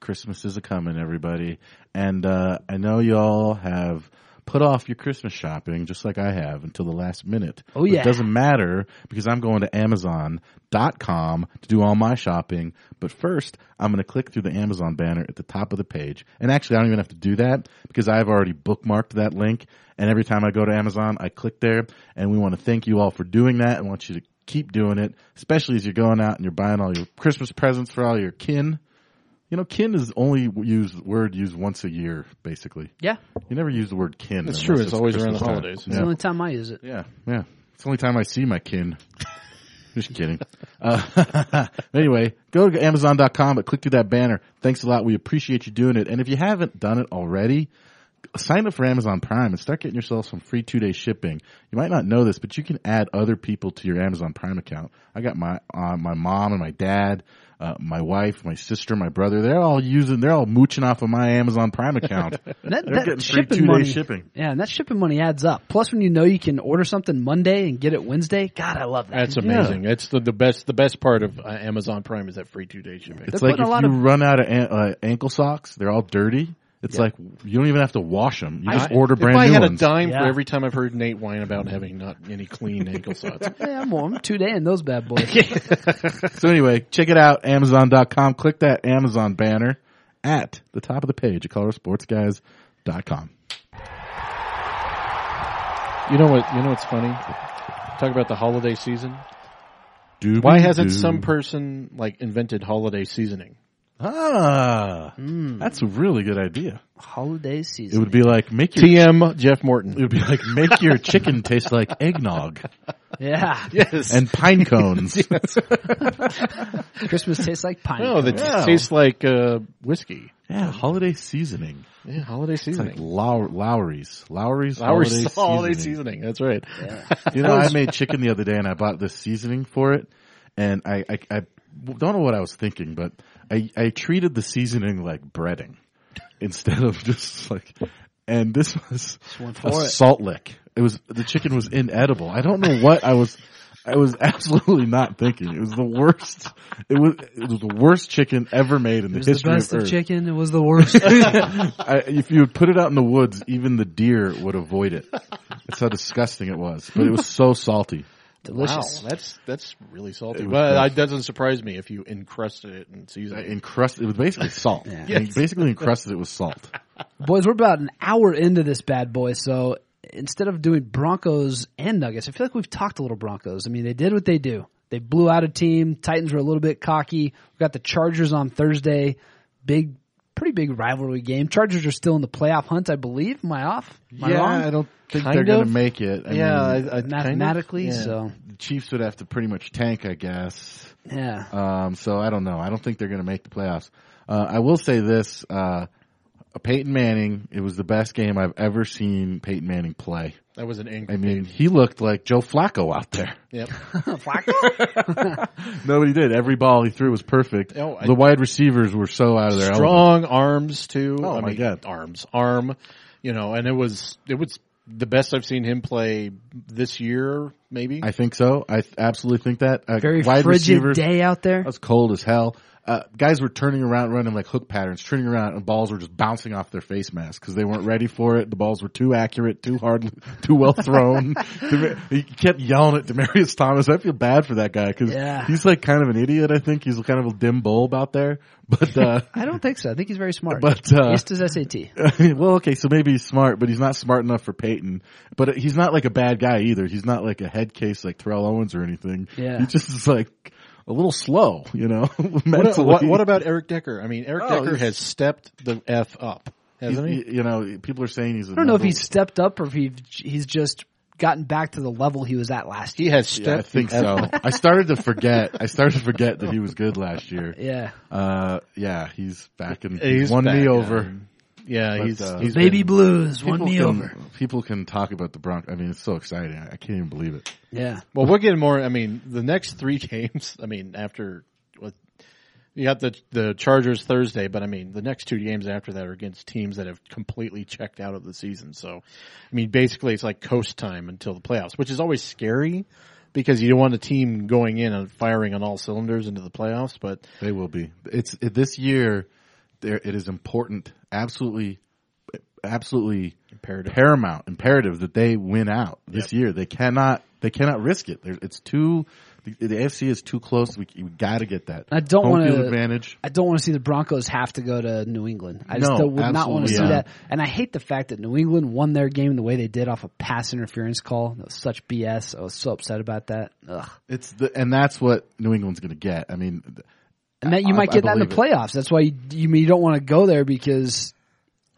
Christmas is a coming, everybody. And uh, I know y'all have put off your Christmas shopping just like I have until the last minute.
Oh, yeah.
It doesn't matter because I'm going to Amazon.com to do all my shopping. But first, I'm going to click through the Amazon banner at the top of the page. And actually, I don't even have to do that because I've already bookmarked that link. And every time I go to Amazon, I click there. And we want to thank you all for doing that and want you to keep doing it, especially as you're going out and you're buying all your Christmas presents for all your kin. You know, kin is only used word used once a year, basically.
Yeah,
You never use the word kin.
It's
unless
true. It's always around
Christmas
the
time.
holidays.
it's the only time I use it.
Yeah, yeah. It's the only time I see my kin. Just kidding. Uh, anyway, go to Amazon.com, but click through that banner. Thanks a lot. We appreciate you doing it. And if you haven't done it already, sign up for Amazon Prime and start getting yourself some free two day shipping. You might not know this, but you can add other people to your Amazon Prime account. I got my uh, my mom and my dad, uh, my wife, my sister, my brother. They're all using. They're all mooching off of my Amazon Prime account.
And that,
They're
that
getting free
shipping
two-day
money,
shipping.
Yeah, and that shipping money adds up. Plus, when you know you can order something Monday and get it Wednesday, God, I love that.
That's amazing. That's the, the best. The best part of uh, Amazon Prime is that free two day shipping.
It's
They're
like
putting
if
a lot
you
of-
run out of an, uh, ankle socks, they're all dirty. It's like you don't even have to wash them. You just
I-
order brand
if I
new
had
ones.
a dime for
Yeah.
every time I've heard Nate whine about having not any clean ankle socks.
Yeah, I'm warm. Two day and those bad boys.
so anyway, check it out, Amazon.com. Click that Amazon banner at the top of the page at ColoradoSportsGuys.com.
You know what? You know what's funny? Talk about the holiday season. Why hasn't some person like invented holiday seasoning?
ah?
Hmm.
That's a really good idea.
Holiday season.
It would be like make your
TM Jeff
it
Morton.
would be like make your chicken taste like eggnog
yeah.
Yes.
and pine cones.
Christmas tastes like pine.
no, that
Yeah.
tastes like uh, whiskey.
yeah, holiday seasoning.
Yeah, holiday
It's like
seasoning.
Low- Lowry's. Lowry's.
Our
holiday
holiday, holiday
seasoning.
seasoning. That's right.
You know, I made chicken the other day, and I bought this seasoning for it, and I I, I don't know what I was thinking, but I I treated the seasoning like breading instead of just like, and this was
went for
a
it.
salt lick. It was the chicken was inedible. I don't know what I was. I was absolutely not thinking. It was the worst. It was it was the worst chicken ever made in the
It was the
history
best
of
of,
Earth.
chicken. It was the worst.
I, if you would put it out in the woods, even the deer would avoid it. That's how disgusting it was. But it was so salty.
Delicious.
Wow, that's that's really salty.
It was
But
gross.
it doesn't surprise me if you encrusted it in seasoning.
encrusted. It was basically salt.
Yeah.
They Basically encrusted it with salt.
Boys, we're about an hour into this bad boy, so instead of doing Broncos and Nuggets, I feel like we've talked a little Broncos. I mean, they did what they do. They blew out a team. Titans were a little bit cocky. We got the Chargers on Thursday. Big, pretty big rivalry game. Chargers are still in the playoff hunt, I believe. Am I off? Am I wrong?
I don't think
Kind
they're going
of.
to make it. I mean,
I- I kind of-
Mathematically,
yeah.
so
the Chiefs would have to pretty much tank, I guess.
yeah.
Um, so I don't know. I don't think they're going to make the playoffs. Uh, I will say this: uh, a Peyton Manning. It was the best game I've ever seen Peyton Manning play.
That was an angry.
I mean, he looked like Joe Flacco out there.
Yep.
No, he did. Every ball he threw was perfect.
Oh, I-
the wide receivers were so out of their element.
Strong arms too.
Oh,
I
my
mean,
God.
arms, arm. You know, and it was it was the best I've seen him play this year. Maybe
I think so. I th- absolutely think that. Uh,
Very
wide
frigid
receivers,
day out there.
That was cold as hell. Uh, guys were turning around, running like hook patterns, turning around, and balls were just bouncing off their face masks because they weren't ready for it. The balls were too accurate, too hard, too well thrown. Demar- he kept yelling at Demarius Thomas. I feel bad for that guy because
Yeah.
he's like kind of an idiot. I think he's kind of a dim bulb out there. But uh,
I don't think so. I think he's very smart.
But, uh,
Missed his SAT.
well, okay, so maybe he's smart, but he's not smart enough for Peyton. But he's not like a bad guy either. He's not like a head case like Terrell Owens or anything.
Yeah.
he just is like a little slow, you know.
What,
mentally.
what, what about Eric Decker? I mean, Eric
Oh,
Decker
he's-
has stepped the f up,
He's-
hasn't he?
You know, people are saying he's.
I don't know if he's stepped up or if he he's just gotten back to the level he was at last
He
year.
has
Yeah, I
stepped.
think
the F
so.
up.
I started to forget. I started to forget that he was good last year.
Yeah.
Uh, yeah, he's back and
He's
won me
back,
over.
um, Yeah,
But,
he's,
uh,
he's
Baby
been-
Blues
People
won me
can-
over.
People can talk about the Broncos. I mean, it's so exciting. I I can't even believe it.
Yeah.
Well, we're getting more. I mean, the next three games. I mean, after what you got the the Chargers Thursday, but I mean, the next two games after that are against teams that have completely checked out of the season. So, I mean, basically, it's like coast time until the playoffs, which is always scary because you don't want a team going in and firing on all cylinders into the playoffs. But
They will be. It's it, this year. There, it is important, absolutely, absolutely
Imperative.
paramount, imperative that they win out this year. They cannot, they cannot risk it. There, it's too. The, the AFC is too close. We, we got to get that.
I don't
Home
wanna-
field advantage.
I don't want to see the Broncos have to go to New England. I just
No,
don't- would not want to
absolutely
see
not.
that. And I hate the fact that New England won their game the way they did off a pass interference call. That was such BS. I was so upset about that. Ugh.
It's the and that's what New England's going to get. I mean, th-
And that you
I-
might
I
get that in the
believe
playoffs. That's why you, you mean you don't want to go there because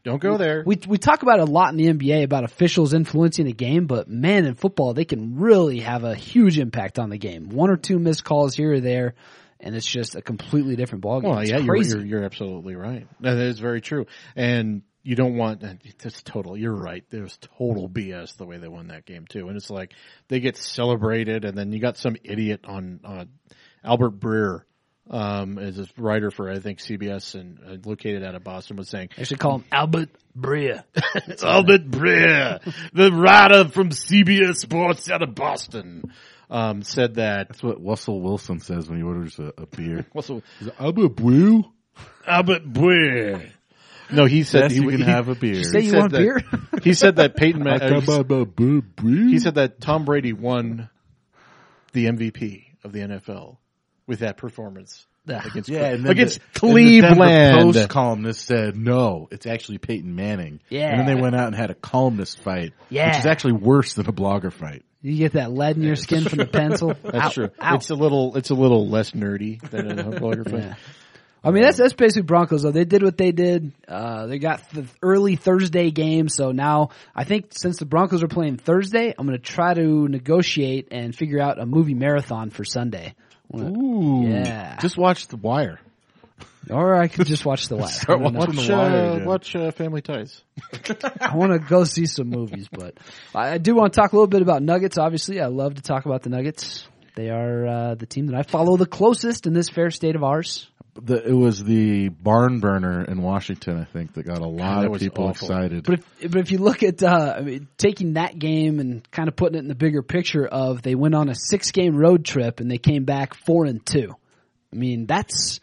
don't go there.
we we talk about it a lot in the NBA about officials influencing a game, but man, in football they can really have a huge impact on the game. One or two missed calls here or there, and it's just a completely different ballgame.
Well,
it's
yeah, you're,
crazy.
you're you're absolutely right. That is very true. And you don't want that's total. You're right. There's total BS the way they won that game too. And it's like they get celebrated, and then you got some idiot on uh, Albert Breer. Um, is a writer for I think CBS and uh, located out of Boston was saying
I should call him Albert Breer.
Albert Breer, the writer from CBS Sports out of Boston, um, said that
that's what Russell Wilson says when he orders a, a beer.
what's the,
Albert Brew.
Albert Breer. No, he
Yes,
said he
you can
he-
have a beer.
Say you
said
want
that-
beer?
He said that Peyton Man- uh, he s-
He
he said that Tom Brady won the MVP of the NFL with that performance against
Yeah, and then
against
the-
Cleveland.
And the Post columnist said, "No, it's actually Peyton Manning."
Yeah.
and then they went out and had a columnist fight, which
Yeah.
is actually worse than a blogger fight.
you get that lead in your skin from the pencil.
That's
Ow,
true.
ow.
It's a little it's a little less nerdy than a blogger fan.
Yeah. I mean, that's that's basically Broncos though. They did what they did. Uh, they got the early Thursday game, so now I think since the Broncos are playing Thursday, I'm going to try to negotiate and figure out a movie marathon for Sunday. Wanna-
Ooh,
Yeah.
Just watch The Wire.
Or I could just watch the wire. I,
Start
don't know.
watching
Watch,
The Wire
uh,
again.
watch uh, Family Ties.
I want to go see some movies, but I I do want to talk a little bit about Nuggets. Obviously, I love to talk about the Nuggets. They are uh, the team that I follow the closest in this fair state of ours.
The, it was the barn burner in Washington, I think, that got a lot
that
of
was
people
awful.
excited.
But if, but if you look at uh, I mean, taking that game and kind of putting it in the bigger picture of they went on a six game road trip and they came back four and two. I mean that's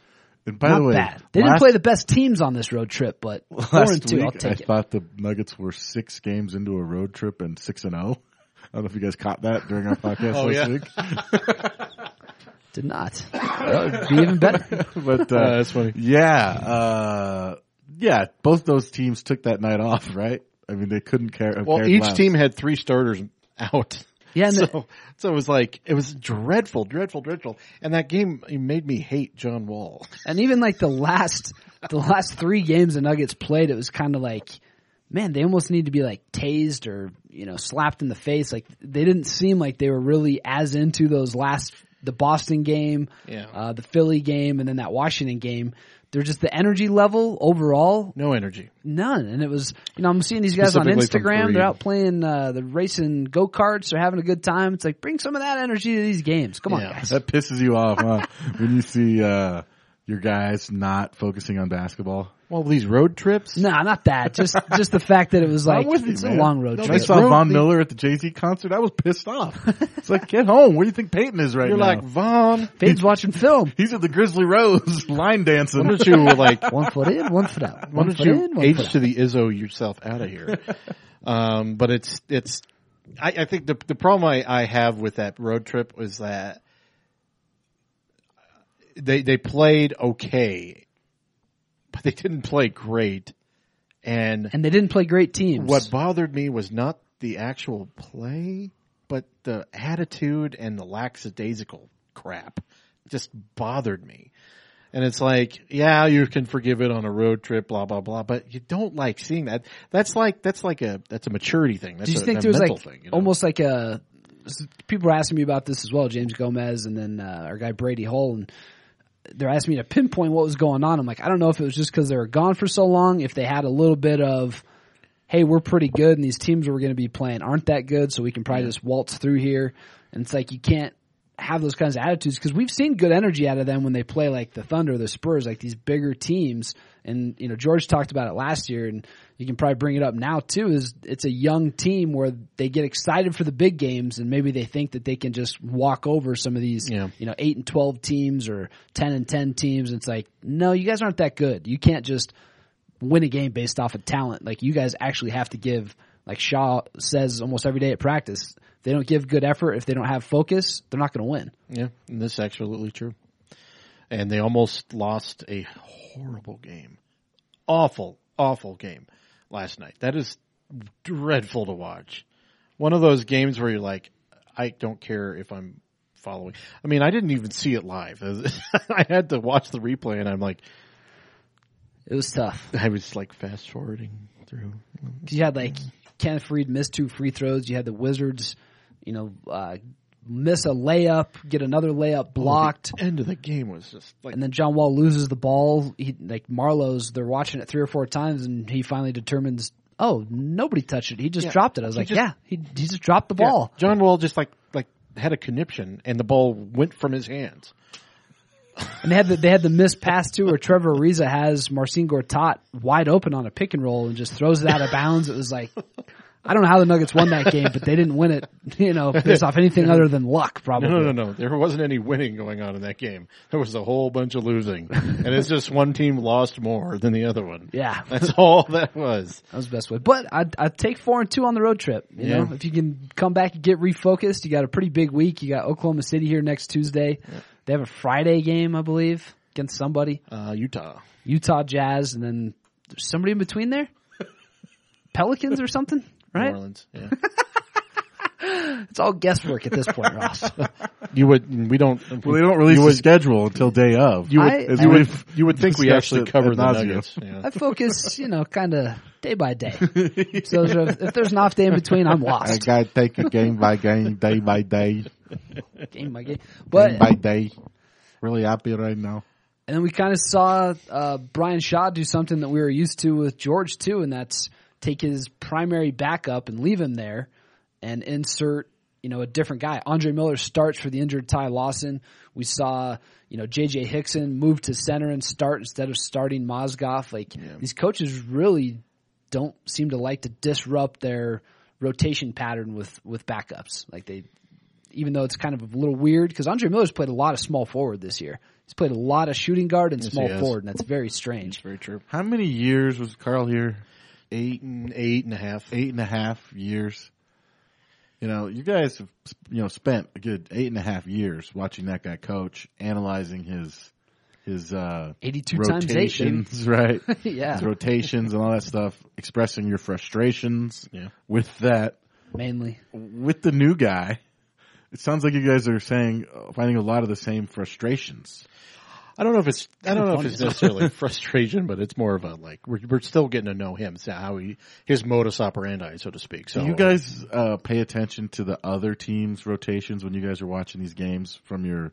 and by
not
the way,
bad. They didn't
last,
play the best teams on this road trip, but four
last
and two,
week,
I'll take
I
it.
thought the Nuggets were six games into a road trip and six and zero. I don't know if you guys caught that during our podcast
Oh,
last
yeah.
week,
Did not. That would be even better.
but uh,
Uh, that's funny.
Yeah, uh, yeah. Both those teams took that night off, right? I mean, they couldn't care. have
Well,
cared
each
less.
team had three starters out.
Yeah, and
so
the-
so it was like it was dreadful, dreadful, dreadful. And that game it made me hate John Wall.
And even like the last the last three games the Nuggets played, it was kind of like, man, they almost need to be like tased or you know slapped in the face. Like they didn't seem like they were really as into those last the Boston game,
Yeah.
uh, the Philly game, and then that Washington game. They're just the energy level overall
No energy.
None. And it was, you know, I'm seeing these guys on
Specifically from
Instagram.
three.
They're out playing, uh, they're racing go karts. They're having a good time. It's like, bring some of that energy to these games. Come on,
Yeah.
guys.
That pisses you off, huh? when you see uh, your guys not focusing on basketball.
Well, these road trips.
No, not that. Just, just the fact that it was like,
with you,
it's
man.
a long road
When
No,
I
trip.
that's-
saw
road-
Von
the-
Miller at the Jay Z concert, I was pissed off. It's like, get home. Where do you think Peyton is right
You're
now?
like Vaughn.
Fade's watching film.
He's at the Grizzly Rose line dancing.
Why don't you like?
One foot in, one foot out.
Why
One
don't
foot
you
in, one foot
H
out.
to the Izzo yourself out of here? um, but it's it's. I, I think the the problem I, I have with that road trip was that they they played okay, but they didn't play great, and
and they didn't play great teams.
What bothered me was not the actual play, but the attitude and the lackadaisical crap just bothered me. And it's like, yeah, you can forgive it on a road trip, blah blah blah, but you don't like seeing that. That's like that's like a that's a maturity thing. That's
Do you
a,
think
a
there was
mental
like
thing, you know?
almost like a? People were asking me about this as well, James Gomez, and then uh, our guy Brady Hull, and they're asking me to pinpoint what was going on. I'm like, I don't know if it was just because they were gone for so long, if they had a little bit of, hey, we're pretty good, and these teams we're going to be playing aren't that good, so we can probably just waltz through here. And it's like you can't have those kinds of attitudes because we've seen good energy out of them when they play like the Thunder, or the Spurs, like these bigger teams. And you know, George talked about it last year, and you can probably bring it up now too. Is it's a young team where they get excited for the big games, and maybe they think that they can just walk over some of these,
Yeah.
you know, eight and twelve teams or ten and ten teams. And it's like, no, you guys aren't that good. You can't just win a game based off of talent. Like you guys actually have to give, like Shaw says almost every day at practice, if they don't give good effort, if they don't have focus, they're not going to win.
Yeah, and that's absolutely true. And they almost lost a horrible game. Awful, awful game last night. That is dreadful to watch. One of those games where you're like, I don't care if I'm following. I mean, I didn't even see it live. I had to watch the replay and I'm like,
It was tough.
I was like fast forwarding through.
'Cause you had like Kenneth Reed miss two free throws. You had the Wizards, you know, uh, miss a layup, get another layup blocked.
End of the game was just like,
And then John Wall loses the ball. He like Marlowe's. They're watching it three or four times, and he finally determines, "Oh, nobody touched it. He just
Yeah.
dropped it." I was
He
like,
just-
"Yeah, he, he just dropped the
Yeah,
ball."
John Wall just like, like had a conniption and the ball went from his hands.
And they had the, they had the missed pass too, where Trevor Ariza has Marcin Gortat wide open on a pick and roll and just throws it out of bounds. It was like I don't know how the Nuggets won that game, but they didn't win it. You know, based off anything other than luck, probably.
No, no, no, no. There wasn't any winning going on in that game. There was a whole bunch of losing, and it's just one team lost more than the other one.
Yeah, that
That's all that was.
was the best way. But I I take four and two on the road trip. You
Yeah.
know, if you can come back and get refocused, you got a pretty big week. You got Oklahoma City here next Tuesday. They have a Friday game, I believe, against somebody.
Uh, Utah.
Utah Jazz, and then there's somebody in between there, Pelicans or something,
New
right?
Orleans. Yeah.
It's all guesswork at this point, Ross.
you would, we don't,
well, they don't release
you
the
would,
schedule until day of.
you would,
I-
As
you would,
we've
you would think we
discussed
actually
it
cover
ad
the
nauseam.
Nuggets. Yeah.
I focus, you know, kind of day by day. So if, if there's an off day in between, I'm
I
lost.
gotta take it game by game, day by day,
Game by game. But
game by day. Really happy right now.
and then we kind of saw uh, Brian Shaw do something that we were used to with George too, and that's take his primary backup and leave him there, and insert you know a different guy. Andre Miller starts for the injured Ty Lawson. We saw you know J.J. Hickson move to center and start instead of starting Mozgov. Like these coaches really don't seem to like to disrupt their rotation pattern with with backups. Like they even though it's kind of a little weird because Andre Miller's played a lot of small forward this year. He's played a lot of shooting guard and small
he has.
forward, and that's very strange.
Very true.
How many years was Carl here?
Eight and eight and a half.
Eight and a half years. You know, you guys have you know spent a good eight and a half years watching that guy coach, analyzing his his uh
82 times 8. baby.
rotations, right?
yeah,
His rotations and all that stuff, expressing your frustrations
Yeah.
with that.
mainly.
with the new guy, it sounds like you guys are saying uh, finding a lot of the same frustrations.
I don't know if it's I don't know if it's necessarily frustration, but it's more of a like we're, we're still getting to know him, so how he his modus operandi, so to speak. So
Do you guys uh, pay attention to the other teams' rotations when you guys are watching these games from your,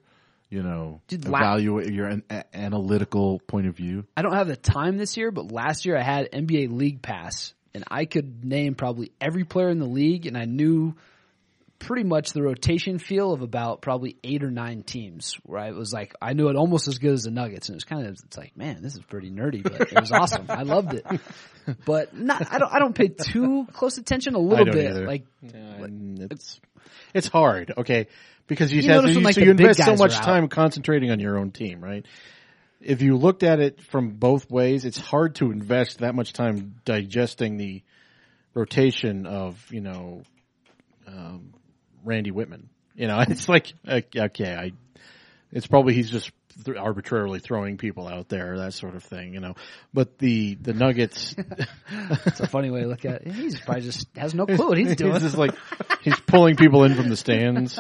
you know,
Dude, la-
evaluate your an- a- analytical point of view.
I don't have the time this year, but last year I had NBA League Pass, and I could name probably every player in the league, and I knew pretty much the rotation feel of about probably eight or nine teams. Where I was like, I knew it almost as good as the Nuggets, and it was kind of it's like, man, this is pretty nerdy, but it was awesome. I loved it, but not I don't I don't pay too close attention a little
don't
bit,
either.
like. Mm-hmm.
And it's it's hard, okay, because you,
You
have to,
notice when,
you,
like,
so
the
you
big
invest so
guys are
much
out.
time concentrating on your own team, right? If you looked at it from both ways, it's hard to invest that much time digesting the rotation of you know um, Randy Whitman. You know, it's like okay, okay, I it's probably he's just th- arbitrarily throwing people out there, that sort of thing. You know, but the the Nuggets.
It's a funny way to look at it. He's probably just has no clue what he's doing.
He's just like he's pulling people in from the stands.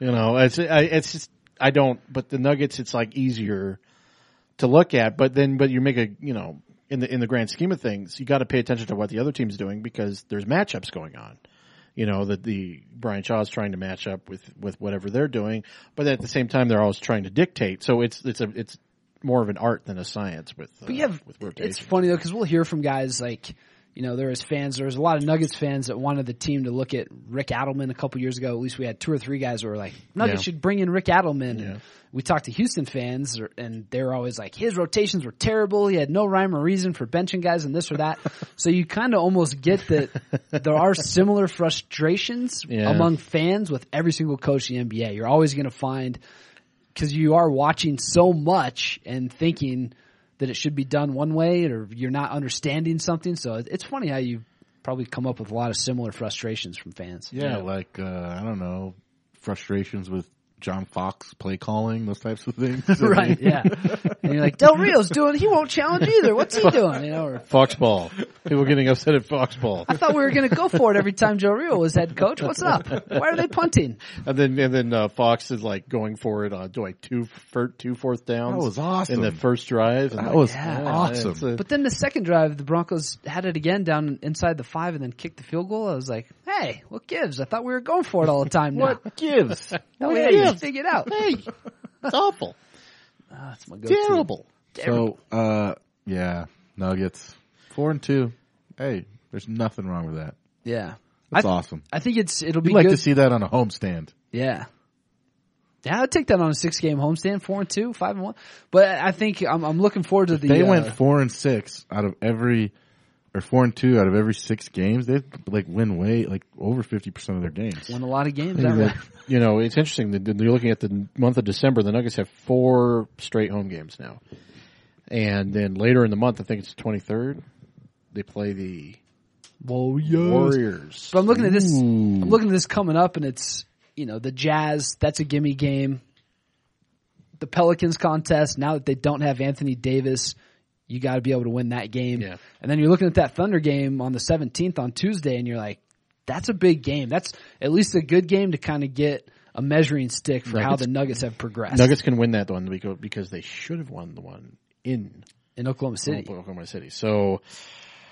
You know, it's I, it's just I don't. But the Nuggets, it's like easier to look at. But then, but you make a you know in the in the grand scheme of things, you got to pay attention to what the other team's doing because there's matchups going on. You know that the Brian Shaw's trying to match up with with whatever they're doing, but at the same time they're always trying to dictate. So it's it's a it's more of an art than a science with uh,
But you have,
with
it's
rotation.
funny though because we'll hear from guys like, you know, there was fans, there was a lot of Nuggets fans that wanted the team to look at Rick Adelman a couple years ago. At least we had two or three guys who were like, Nuggets
Yeah.
should bring in Rick Adelman.
Yeah.
And we talked to Houston fans or- and they were always like, his rotations were terrible. He had no rhyme or reason for benching guys and this or that. so you kind of almost get that there are similar frustrations
Yeah.
among fans with every single coach in the NBA. You're always going to find because you are watching so much and thinking that it should be done one way or you're not understanding something. So it- it's funny how you probably come up with a lot of similar frustrations from fans.
Yeah, like uh, I don't know, frustrations with John Fox play calling, those types of things.
Right, yeah. And you're like, Del Rio's doing, he won't challenge either. What's he doing? You know, or,
Foxball. People getting upset at Foxball.
I thought we were going to go for it every time Joe Rio was head coach. What's up? Why are they punting?
And then and then uh, Fox is like going for it on like two fir- two fourth downs.
That was awesome.
in the first drive. And
That
like,
was
Yeah.
awesome.
it's a-
But then the second drive, the Broncos had it again down inside the five and then kicked the field goal. I was like, hey, what gives? I thought we were going for it all the time now.
what gives?
No, we had
Yeah.
to figure it out.
hey, that's awful,
That's my go-to.
terrible.
so, uh, yeah, Nuggets four and two. Hey, there's nothing wrong with that.
Yeah, I,
That's awesome.
I think it's it'll be
We'd like
good.
to see that on a homestand.
yeah, yeah, I'd take that on a six game homestand, four and two, five and one. But I think I'm, I'm looking forward to the.
They
uh,
went four and six out of every, or four and two out of every six games. They like win way like over fifty percent of their games.
won a lot of games. I read.
You know, it's interesting that that you're looking at the month of December. The Nuggets have four straight home games now, and then later in the month, I think it's the 23rd. They play the
Well, yes.
Warriors.
But I'm looking at this. I'm looking at this coming up, and it's you know the Jazz. That's a gimme game. The Pelicans contest. Now that they don't have Anthony Davis, you got to be able to win that game.
Yeah.
And then you're looking at that Thunder game on the 17th on Tuesday, and you're like, that's a big game. That's at least a good game to kind of get a measuring stick for how
Nuggets-
the Nuggets have progressed
Nuggets can win that one because- because they should have won the one in
in Oklahoma City.
Oklahoma City. So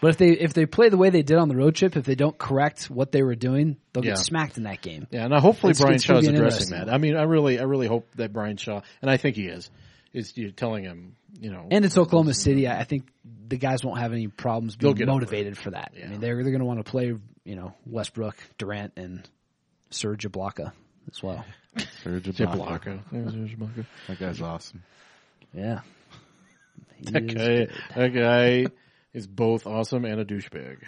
But if they if they play the way they did on the road trip, if they don't correct what they were doing, they'll
Yeah.
get smacked in that game.
Yeah, now hopefully
It's-
Brian
it's gonna
Shaw's
be an
addressing
interesting
that.
one.
I mean, I really, I really hope that Brian Shaw, and I think he is, is you telling him, you know,
And it's Oklahoma City. I I think the guys won't have any problems being
get over
motivated for that. I mean, they're they're going to want to play, you know, Westbrook, Durant, and Serge Ibaka as well.
Serge
Zip
Ibaka.
Laka. There's Zip Laka.
That guy's awesome.
Yeah. He
That
is
guy, that guy is both awesome and a douchebag.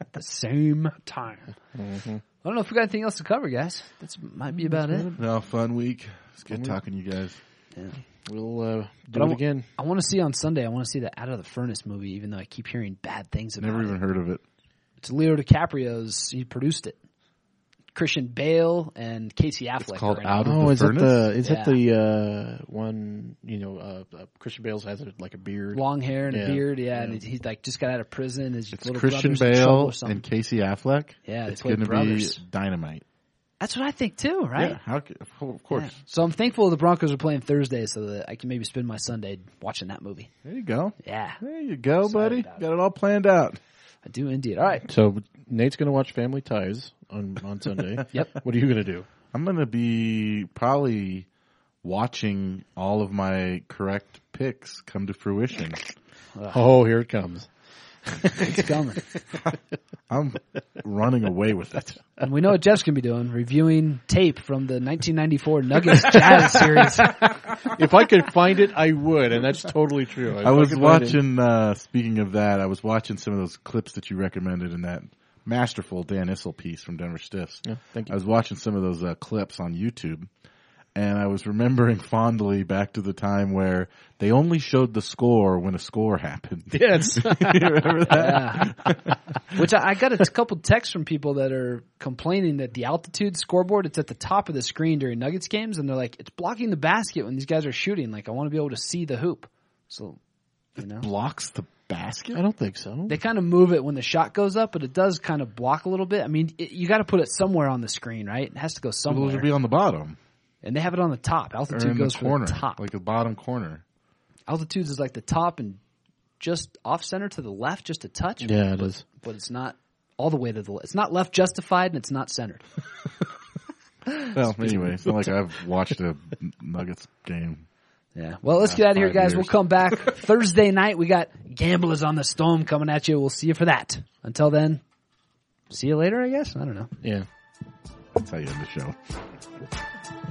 at the same time.
Mm-hmm.
I don't know if we got anything else to cover, guys. That's might be about it.
No, fun week. It's good talking to you guys.
We'll uh, do
But I
it
wa-
again.
I want to see on Sunday. I want to see the Out of the Furnace movie, even though I keep hearing bad things about
Never
it.
even heard of it.
It's Leo DiCaprio's. He produced it. Christian Bale and Casey Affleck.
called
are in it.
Out of the Furnace.
Oh, is
it
the uh, one? You know, uh, uh, Christian Bale's has a, like a beard.
long hair and
Yeah.
a beard. Yeah, and he- he's like just got out of prison. His
It's
little
Christian
brother's in trouble
Bale
or something.
and Casey Affleck.
Yeah, they
it's
play
going to be
brothers.
dynamite.
That's what I think too, right?
Yeah, how, c- oh, of course.
Yeah. So I'm thankful the Broncos are playing Thursday, so that I can maybe spend my Sunday watching that movie.
There you go.
Yeah,
There you go, buddy.
about
Got it all planned out.
I do indeed. All right,
So Nate's going to watch Family Ties on on Sunday.
Yep.
What are you going to do?
I'm going to be probably watching all of my correct picks come to fruition.
Oh, here it comes.
It's coming.
I'm running away with it.
and we know what Jeff's going to be doing, reviewing tape from the 1994 Nuggets Jazz series.
if I could find it, I would, and that's totally true. If
I was
could find it-
watching. Uh, speaking of that, I was watching some of those clips that you recommended in that masterful Dan Issel piece from Denver Stiffs.
Yeah, thank
I was watching some of those uh, clips on YouTube, and I was remembering fondly back to the time where they only showed the score when a score happened.
Yes.
you remember that?
Yeah. Which I, I got a couple texts from people that are complaining that the altitude scoreboard it's at the top of the screen during Nuggets games, and they're like, it's blocking the basket when these guys are shooting. Like I want to be able to see the hoop. So you know,
Blocks the basket.
I don't think so.
they kind of move it when the shot goes up, but it does kind of block a little bit. I mean, it, you got to put it somewhere on the screen, right? It has to go
Well,
somewhere,
it'll be on the bottom
and they have it on the top.
or
Altitude
in
goes
the
from
corner,
the top.
like the bottom corner.
altitudes is like the top and just off center to the left, just a touch.
Yeah, it is.
but it's not all the way to the. le- It's not left justified, and it's not centered.
Well, anyway, it's not like I've watched a Nuggets game.
Yeah. Well, let's get out of here,
five
guys.
years.
We'll come back Thursday night. We got Gamblers on the Storm coming at you. We'll see you for that. Until then, see you later. I guess I don't know.
Yeah.
That's how you end the show.